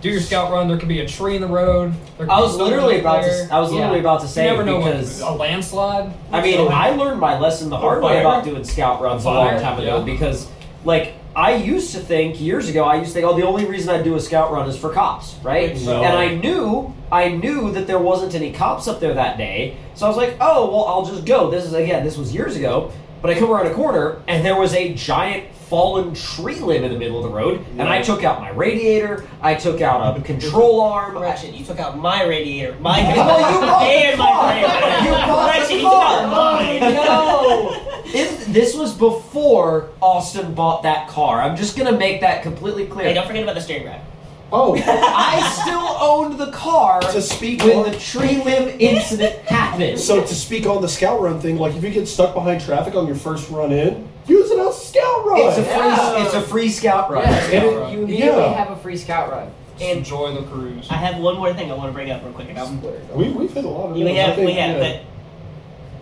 do your scout run. There could be a tree in the road. There could
I
be
was
something
literally
up
about
there.
to. I was literally
Yeah.
about to say
you never know what-
because
a landslide.
I mean, I learned my lesson the hard way
Fire.
about doing scout runs a long
Fire,
time ago
yeah.
because, like, I used to think years ago, I used to think, oh, the only reason I do a scout run is for cops, right?
No.
And I knew, I knew that there wasn't any cops up there that day, so I was like, oh, well, I'll just go. This is again, this was years ago, but I come around a corner and there was a giant fallen tree limb in the middle of the road, and I took out my radiator, I took out a control arm, I-
Correction, you took out my radiator, my
Well, you brought the
and my
car.
radiator.
You brought the
Correction, you took out
car.
mine.
No. If this was before Austin bought that car, I'm just gonna make that completely clear.
Hey, don't forget about the steering rack.
oh,
I still owned the car
to speak
when
on,
the tree limb incident happened.
so to speak on the scout run thing, like if you get stuck behind traffic on your first run in, use it as a scout run.
it's a free,
Yeah.
it's a free scout ride.
Yeah,
It-
you immediately
yeah.
have a free scout run.
Just enjoy the cruise.
I have one more thing I want to bring up real quick, and I'm
we, we've hit a lot of
We
those, I
have,
think,
we have,
yeah.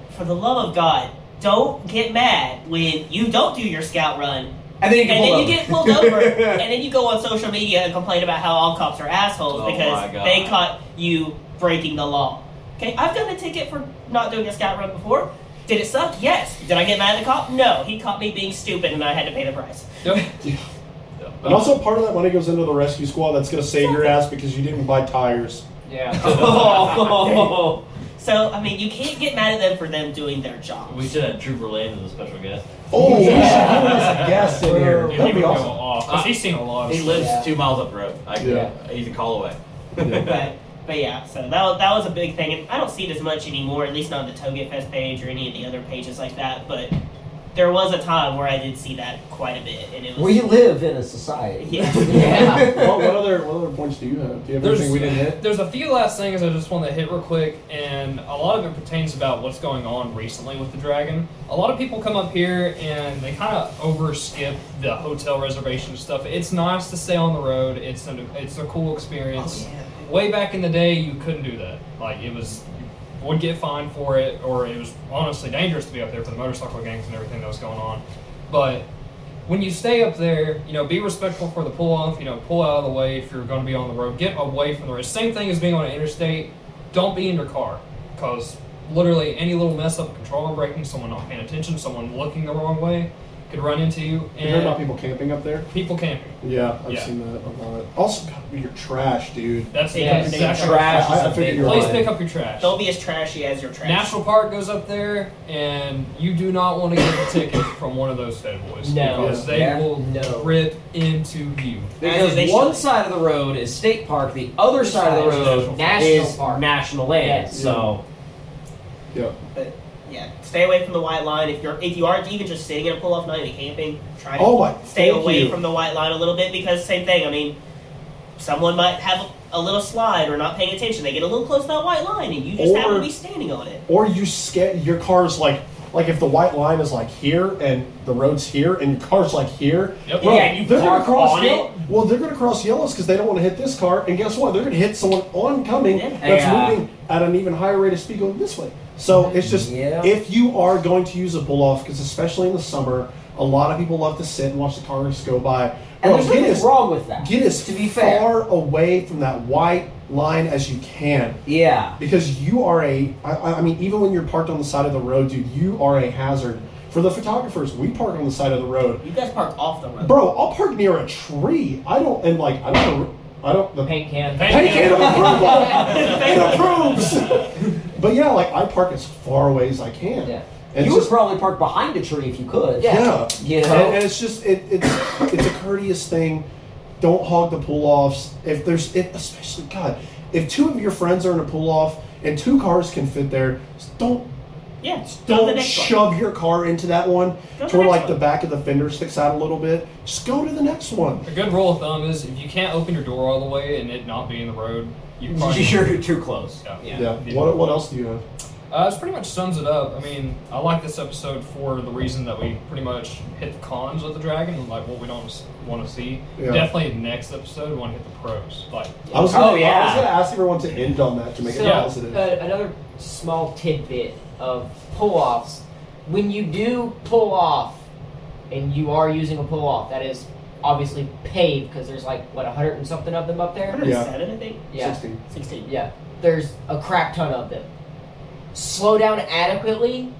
but for the love of God, don't get mad when you don't do your scout run
And then you
and
can
then you
pull
get pulled over and then you go on social media and complain about how all cops are assholes
Oh my
because
God.
they caught you breaking the law. Okay, I've gotten a ticket for not doing a scout run before. Did it suck? Yes. Did I get mad at the cop? No. He caught me being stupid and I had to pay the price.
Yep.
And also, part of that money goes into the rescue squad. That's going to save your ass because you didn't buy tires.
Yeah.
Oh.
So, I mean, you can't get mad at them for them doing their job.
We should have Trooper Lane as a special guest.
Oh,
Yeah.
we should do this guest in here.
Yeah, he
That'd
would
be
go
awesome.
off. 'cause he's seen a lot of
He
stuff.
lives
Yeah.
two miles up the road. I can,
Yeah.
He's a call away.
but, but yeah, so that, wa- that was a big thing, and I don't see it as much anymore, at least not on the Toget Fest page or any of the other pages like that. But there was a time where I did see that quite a bit, and it was
We live in a society.
yeah.
Yeah.
What, what other what other points do you have? Do you have anything we didn't hit?
There's a few last things I just want to hit real quick, and a lot of it pertains about what's going on recently with the Dragon. A lot of people come up here and they kind of overskip the hotel reservation stuff. It's nice to stay on the road. It's an, it's a cool experience.
Oh,
Way back in the day, you couldn't do that. Like it was you would get fined for it, or it was honestly dangerous to be up there for the motorcycle gangs and everything that was going on. But when you stay up there, you know, be respectful for the pull off. You know, pull out of the way if you're going to be on the road. Get away from the road. Same thing as being on an interstate. Don't be in your car because literally any little mess up, controller breaking, someone not paying attention, someone looking the wrong way, could run into you.
You heard
And
about people camping up there?
people camping.
Yeah, I've
Yeah.
seen that a lot. Also, God, you're trash, dude.
That's the
Yeah,
exactly.
Trash
I- I
is a
figured
big
you were
Please
one.
pick up your trash.
Don't be as trashy as your trash.
National Park goes up there, and you do not want to get a ticket from one of those fed boys
No.
because they
Yeah.
will
No.
rip into you.
As they
Because one
should.
side of the road is state park, the other side of the
side is
road
national
is
park.
national land.
Yes.
So
Yep.
But yeah, stay away from the white line. If you're if you are even just sitting in a pull off night and camping, try to
Oh my.
stay
thank
away
you.
from the white line a little bit because same thing. I mean, someone might have a, a little slide or not paying attention. They get a little close to that white line, and you just happen
Or-
to be standing on it.
Or you sca- your car's like like if the white line is like here and the road's here and your car's like here.
Yep.
well,
Yeah, you
they're gonna
park
cross
on
yellow-
it.
Well, they're going to cross yellows because they don't want to hit this car, and guess what? They're going to hit someone oncoming
Yeah.
that's
Yeah.
moving at an even higher rate of speed going this way. So it's just
Yeah.
if you are going to use a pull off, because especially in the summer, a lot of people love to sit and watch the cars go by.
and
Bro,
there's
get
nothing
as-
wrong with that.
Get as
to be fair.
far away from that white line as you can.
yeah.
Because you are a, I- I, I mean, even when you're parked on the side of the road, dude, you are a hazard. For the photographers, we park on the side of the road.
You guys park off the road.
Bro, I'll park near a tree. I don't, and like, I don't, I don't, the
Paint can.
Paint
paint can of approval. It approves. But yeah, like, I park as far away as I can.
Yeah.
And it's
you would
just,
probably park behind a tree if you could.
yeah.
You know?
And, and it's just, it, it's, it's a courteous thing. Don't hog the pull offs. If there's, if, especially God, if two of your friends are in a pull off and two cars can fit there, just don't
Yeah, go to the
don't
next one.
shove your car into that one
Go to
to where
the next
like the
one.
back of the fender sticks out a little bit. Just go to the next one.
A good rule of thumb is if you can't open your door all the way and it not be in the road, you probably
You're too close.
Yeah.
Yeah. What, what else do you have?
Uh, this pretty much sums it up. I mean, I like this episode for the reason that we pretty much hit the cons of the dragon, and like what we don't want to see.
Yeah.
Definitely next episode, we want to hit the pros. Like,
I was
Oh,
gonna, I
yeah.
was gonna ask everyone to end on that to make
So,
it positive.
uh, another small tidbit of pull offs. When you do pull off, and you are using a pull off, that is obviously paid because there's like, what, 100 and something of them up there?
Yeah.
Seven, I think.
Yeah.
16.
16.
Yeah. There's a crap ton of them. Slow down adequately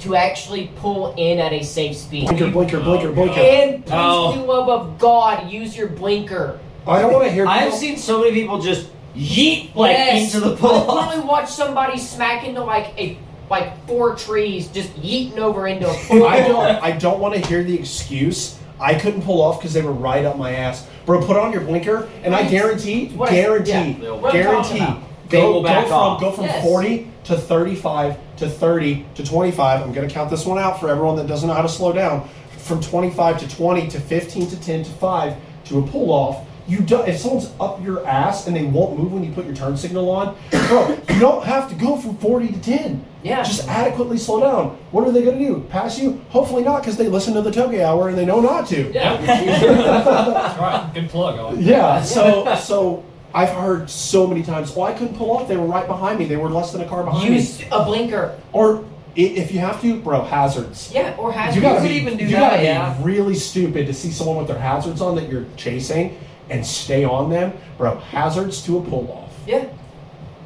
to actually pull in at a safe speed.
Blinker, blinker, blinker, blinker.
And please,
Oh.
for the love of God, use your blinker.
I don't want to hear.
I've
people-
seen so many people just yeet like
Yes.
into the
I
pull.
literally watched somebody smack into like a like four trees, just yeeting over into a pool.
I don't. I don't want to hear the excuse. I couldn't pull off because they were right up my ass, bro. Put on your blinker, and I
Right.
guarantee,
What I-
guarantee,
yeah,
what I'm
guarantee,
talking about.
They will
go,
back
go from
off.
go from
Yes.
forty to thirty-five to thirty to twenty-five. I'm gonna count this one out for everyone that doesn't know how to slow down. From twenty-five to twenty to fifteen to ten to five to a pull off. You do, if someone's up your ass and they won't move when you put your turn signal on, bro, you don't have to go from forty to ten.
Yeah.
Just adequately slow down. What are they going to do? Pass you? Hopefully not, because they listen to the Toge Hour and they know not to. Yeah.
that's right. Good plug. I like it.
So so I've heard so many times. Oh, I couldn't pull off. They were right behind me. They were less than a car behind
use
me.
a blinker.
Or i- if you have to, bro, hazards.
Yeah, or has
You gotta
could
be,
even do
you
that,
gotta
yeah.
be really stupid to see someone with their hazards on that you're chasing and stay on them, bro. Hazards to a pull off.
Yeah.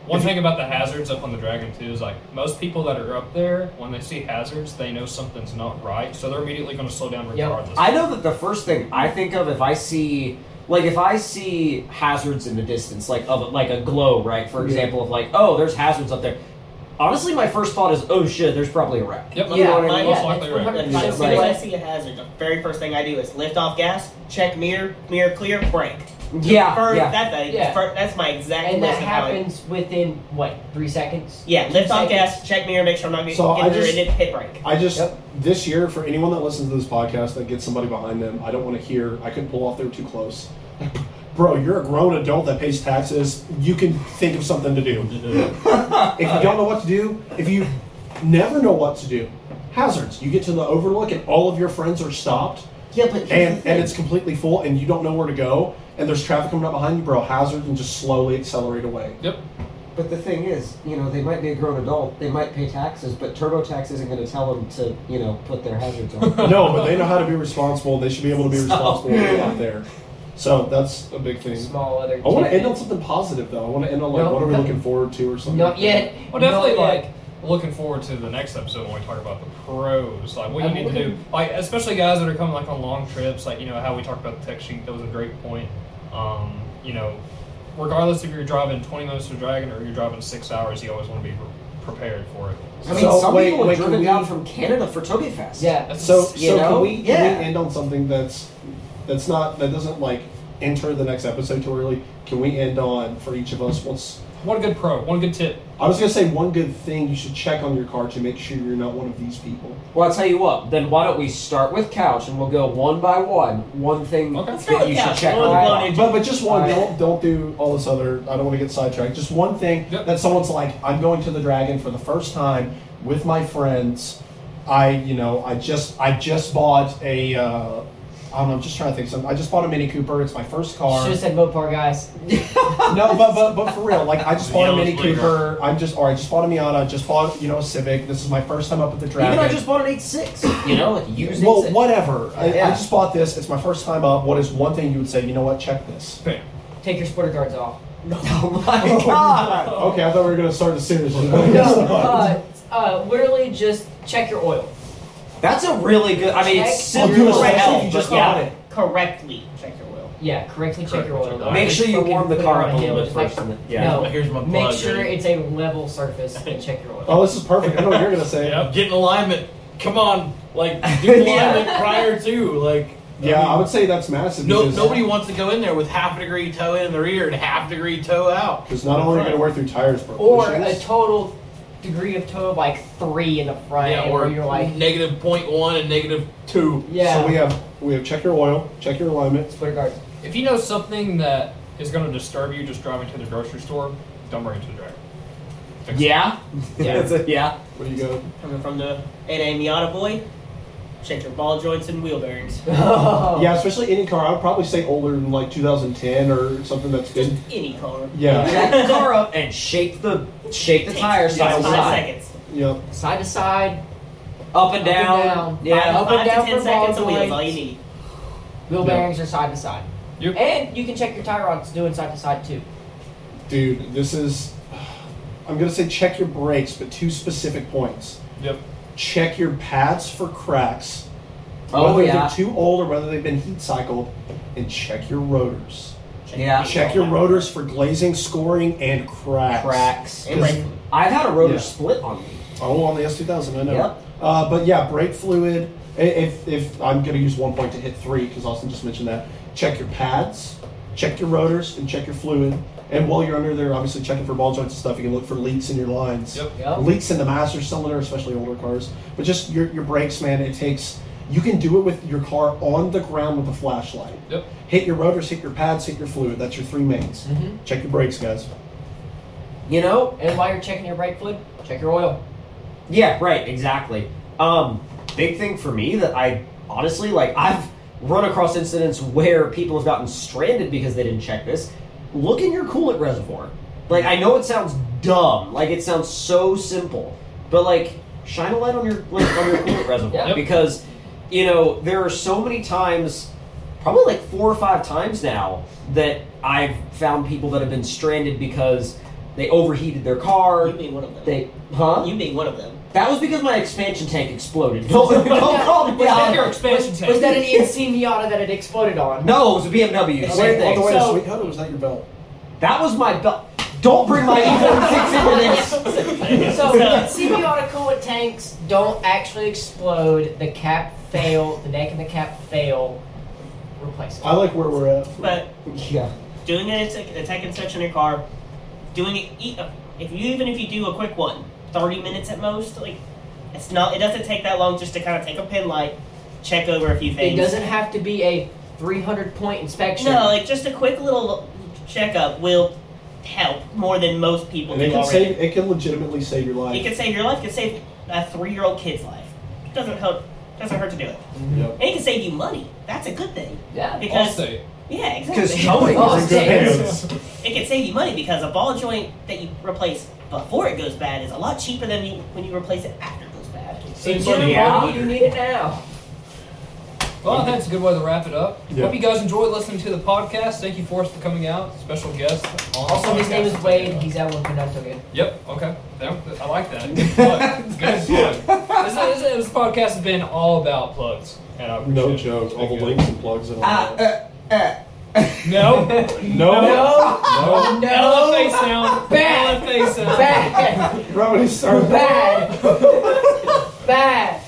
One thing about the hazards up on the dragon too is like most people that are up there, when they see hazards, they know something's not right, so they're immediately going to slow down
Yeah.
regardless.
I know that the first thing I think of if I see like if I see hazards in the distance, like of like a glow, right? For example, of like, oh, there's hazards up there. Honestly, my first thought is, oh shit, there's probably a wreck.
Yep.
Yeah,
most
mine-
most
yeah,
likely right.
If
it's
I, see, if I see a hazard, the very first thing I do is lift off gas, check mirror, mirror clear, brake.
Yeah,
First,
yeah.
that thing,
Yeah.
fir- that's my exact
And that
list of how I-
happens within what, three seconds?
Yeah, lift off
Second.
gas, check mirror, make sure I'm not getting
So I
get there,
just-
and then hit brake.
I just
Yep.
this year for anyone that listens to this podcast that gets somebody behind them, I don't want to hear I couldn't pull off they were too close. Bro, you're a grown adult that pays taxes. You can think of something to do. if you don't know what to do, if you never know what to do, hazards. You get to the overlook and all of your friends are stopped
Yeah, but
and, and it's completely full and you don't know where to go and there's traffic coming up behind you, bro, hazard and just slowly accelerate away.
Yep.
But the thing is, you know, they might be a grown adult, they might pay taxes, but TurboTax isn't going to tell them to, you know, put their hazards on.
No, but they know how to be responsible. They should be able to be responsible when they're out there. So that's a big thing.
Small other.
I want to
tidbit.
end on something positive, though. I want to end on like,
No,
what are we
no.
looking forward to, or something?
Not yet.
Well, definitely,
Not
like
yet.
looking forward to the next episode when we talk about the pros, like what
I'm
you need to do,
looking-
like especially guys that are coming like on long trips, like you know how we talked about the tech sheet. That was a great point. Um, you know, regardless if you're driving 20 minutes to Dragon or you're driving six hours, you always want to be pre- prepared for it.
I mean,
So,
some
wait,
people
wait,
have
can
driven
we-
down from Canada for Toge Fest.
Yeah.
So, so
You know?
can, we, can
Yeah.
we end on something that's that's not that doesn't like enter the next episode too early? Can we end on for each of us? What's
One good pro, one good tip.
I was gonna say one good thing you should check on your car to make sure you're not one of these people.
Well, I'll tell you what, then why don't we start with Couch and we'll go one by one, one thing
Okay. Let's
go
that
with
you
Couch.
should check
One
out.
blown
But but just one.
Alright.
Don't don't do all this other. I don't want to get sidetracked. Just one thing
Yep.
that someone's like, I'm going to the dragon for the first time with my friends. I you know I just I just bought a. Uh, I don't know. I'm just trying to think. of Something. I just boped a Mini Cooper. It's my first car.
Should have said Mopar, guys.
no, but, but but for real, like I just bought a
Yellow
Mini
flavor.
Cooper. I'm just or I just bought a Miata. Just bought you know a Civic. This is my first time up at the dragon.
Even I just bought an 8.6, you know, like a used
well,
8.6.
whatever. I,
Yeah.
I just bought this. It's my first time up. What is one thing you would say? You know what? Check this.
Bam.
Take your splitter guards off.
Oh my god!
Oh,
Okay, I thought we were gonna start as soon as you.
Uh, uh, literally, just check your oil.
That's a really good. I mean, it's
Check
I'll
simple
do a
as
session
hell,
if you
but
just
yeah.
got it.
correctly check your oil.
Yeah, correctly check your oil.
Correctly.
Don't
Make
just
sure you
fucking
warm the
put it
car
on
up a little
hill.
bit
Like,
first. and then- yeah.
No,
Here's my
make
plug,
sure
dude.
it's a level surface and check your oil.
Oh, this is perfect. I know what you're gonna say.
Yep.
Get in alignment. Come on, like do alignment
Yeah.
prior to like.
Yeah, I, would say that's massive.
No,
because-
nobody wants to go in there with half a degree toe in the rear and half a degree toe out.
Because not only are you going to wear through tires, but
Or a
bushings.
total degree of toe of like three in the front.
yeah,
where
or
you're like,
negative point one and negative two.
yeah.
So we have we have check your oil, check your alignment.
Swear to God.
If you know something that is going to disturb you just driving to the grocery store, don't bring it to the driver. Fix it.
Yeah. That's a- yeah.
What do you go?
Coming from the NA Miata boy, check your ball joints and wheel bearings.
Oh.
Yeah, especially any car. I would probably say older than like 2010 or something that's
Just
good.
any car.
Yeah.
Back the car up and shake the shake the
Takes
tire side
five
to side,
seconds.
Yep.
Side to side,
up and down.
down.
Yeah.
five,
up and
five
down
to ten
for ball
seconds of wheels,
joints.
all you need.
wheel
Yeah.
bearings are side to side.
Yep.
And you can check your tie rods doing side to side too.
Dude, this is. I'm going to say check your brakes, but two specific points.
Yep.
Check your pads for cracks,
Oh
whether
yeah.
they're too old or whether they've been heat cycled, and check your rotors.
Oh, Yeah.
Check your rotors for glazing, scoring, and cracks.
Cracks.
And brake fluid.
I've had a rotor
Yeah.
split on me.
Oh, on the S2000, I know.
Yep.
Uh, but yeah, brake fluid. i- If, if I'm going to use one point to hit three, because Austin just mentioned that, check your pads, check your rotors, and check your fluid. And while you're under there, obviously checking for ball joints and stuff, you can look for leaks in your lines.
Yep.
Yep.
Uh, Leaks in the master cylinder, especially older cars. But just your, your brakes, man, it takes. You can do it with your car on the ground with a flashlight.
Yep.
Hit your rotors, hit your pads, hit your fluid. That's your three mains. Check your brakes, guys.
You know?
And while you're checking your brake fluid, check your oil.
Yeah. Right. Exactly. Um, big thing for me that I honestly like. I've run across incidents where people have gotten stranded because they didn't check this. Look in your coolant reservoir. Like I know it sounds dumb. Like it sounds so simple, but like shine a light on your like, on your coolant reservoir
Yep.
because you know there are so many times probably like four or five times now that I've found people that have been stranded because they overheated their car.
You being one of them.
They, huh?
You being one of them.
that was because my expansion tank exploded. Don't, don't call me
Yeah,
out.
your expansion tank.
Was that an ENC Miata that it exploded on?
No, it was a BMW.
All the way
Same thing.
to
So,
Sweet Home, was that your belt?
that was my belt. Don't bring my E46 into this.
So CB auto coolant tanks don't actually explode. The cap fail. The neck and the cap fail. Replace it.
I like where we're at.
But
Yeah.
doing an attack, attack inspection in your car, doing it e- if you even if you do a quick one, thirty minutes at most. Like it's not it doesn't take that long just to kind of take a pin light, check over a few
It
things.
doesn't have to be a 300 point inspection.
No, like just a quick little checkup will help more than most people
And
do
it can
already.
save. It can legitimately save your life.
it can save your life. It can save a three-year-old kid's life. It doesn't help. Doesn't hurt to do it.
Mm-hmm. Yep.
And it can save you money. That's a good thing.
yeah.
I'll
Because
say.
yeah, exactly.
Because towing
Oh,
is a good
damn.
business.
it can save you money because a ball joint that you replace before it goes bad is a lot cheaper than you when you replace it after it goes bad.
In
like-
general,
Yeah.
why do you need it now?
Well, I think that's a good way to wrap it up.
Yeah.
Hope you guys enjoyed listening to the podcast. Thank you, Forrest, for coming out. Special guest. on the
Also, his
podcast.
name is Wade. He's at one Conductor again.
Yep. Okay. That- I like that. Good plug. Good plug. This, this, this podcast has been all about plugs. And I appreciate
No
it.
joke.
It's
All
been
the
good.
links and plugs and all
Uh,
that.
No.
No.
No. No. face sound. Bad. face sound.
Bad.
Bro, it's so
Bad. Bad.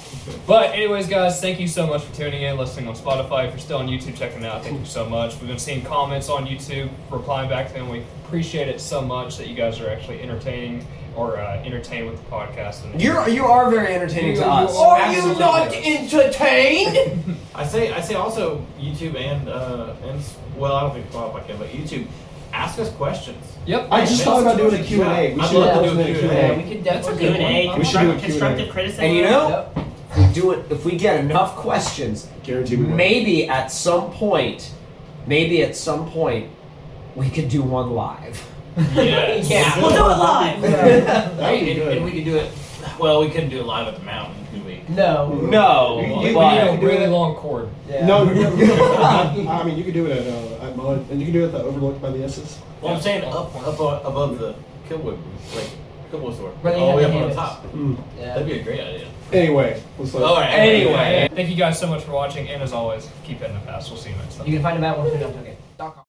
But anyways, guys, thank you so much for tuning in, listening on Spotify. If you're still on YouTube, checking it out. Thank you so much. We've been seeing comments on YouTube, replying back to them. We appreciate it so much that you guys are actually entertaining or uh, entertained with the podcast. And
You're you are very entertaining
You-
to
you
us.
are-
Absolutely.
entertained?
I say, I say also YouTube and uh, and s- well, I don't think Spotify can, but YouTube, ask us questions.
Yep.
I just thought about doing a Q&A.
Yeah,
We
I'd
should
love to
do
do
a
a
Q&A.
Q&A.
we could
That's a
Q
good
and A,
one.
We should do a Q&A.
constructive criticism,
And you know, if we do it if we get enough questions,
Guaranteed we will.
maybe at some point, maybe at some point, we could do one live.
Yes.
Yeah.
we'll do it live.
That would be
and, and we
good.
could do it. Well, we couldn't do it live at the mountain, could we?
No.
No,
You-
We need
but
a really long cord.
Yeah.
No, you- you- I mean you could do it at uh, at Mullen, and you could do it at the Overlook by the S's.
Well, I'm saying up, up on- above the Killwood, roof, like Killwood store,
Where they
all
have
the way
the
up on the
hammocks.
top.
Yeah.
That'd be a great idea.
Anyway, let's let-
Hmm. All right.
Thank you guys so much for watching, and as always, keep it in the past. We'll see you next time.
You can find him at one Conductor again. Dot com.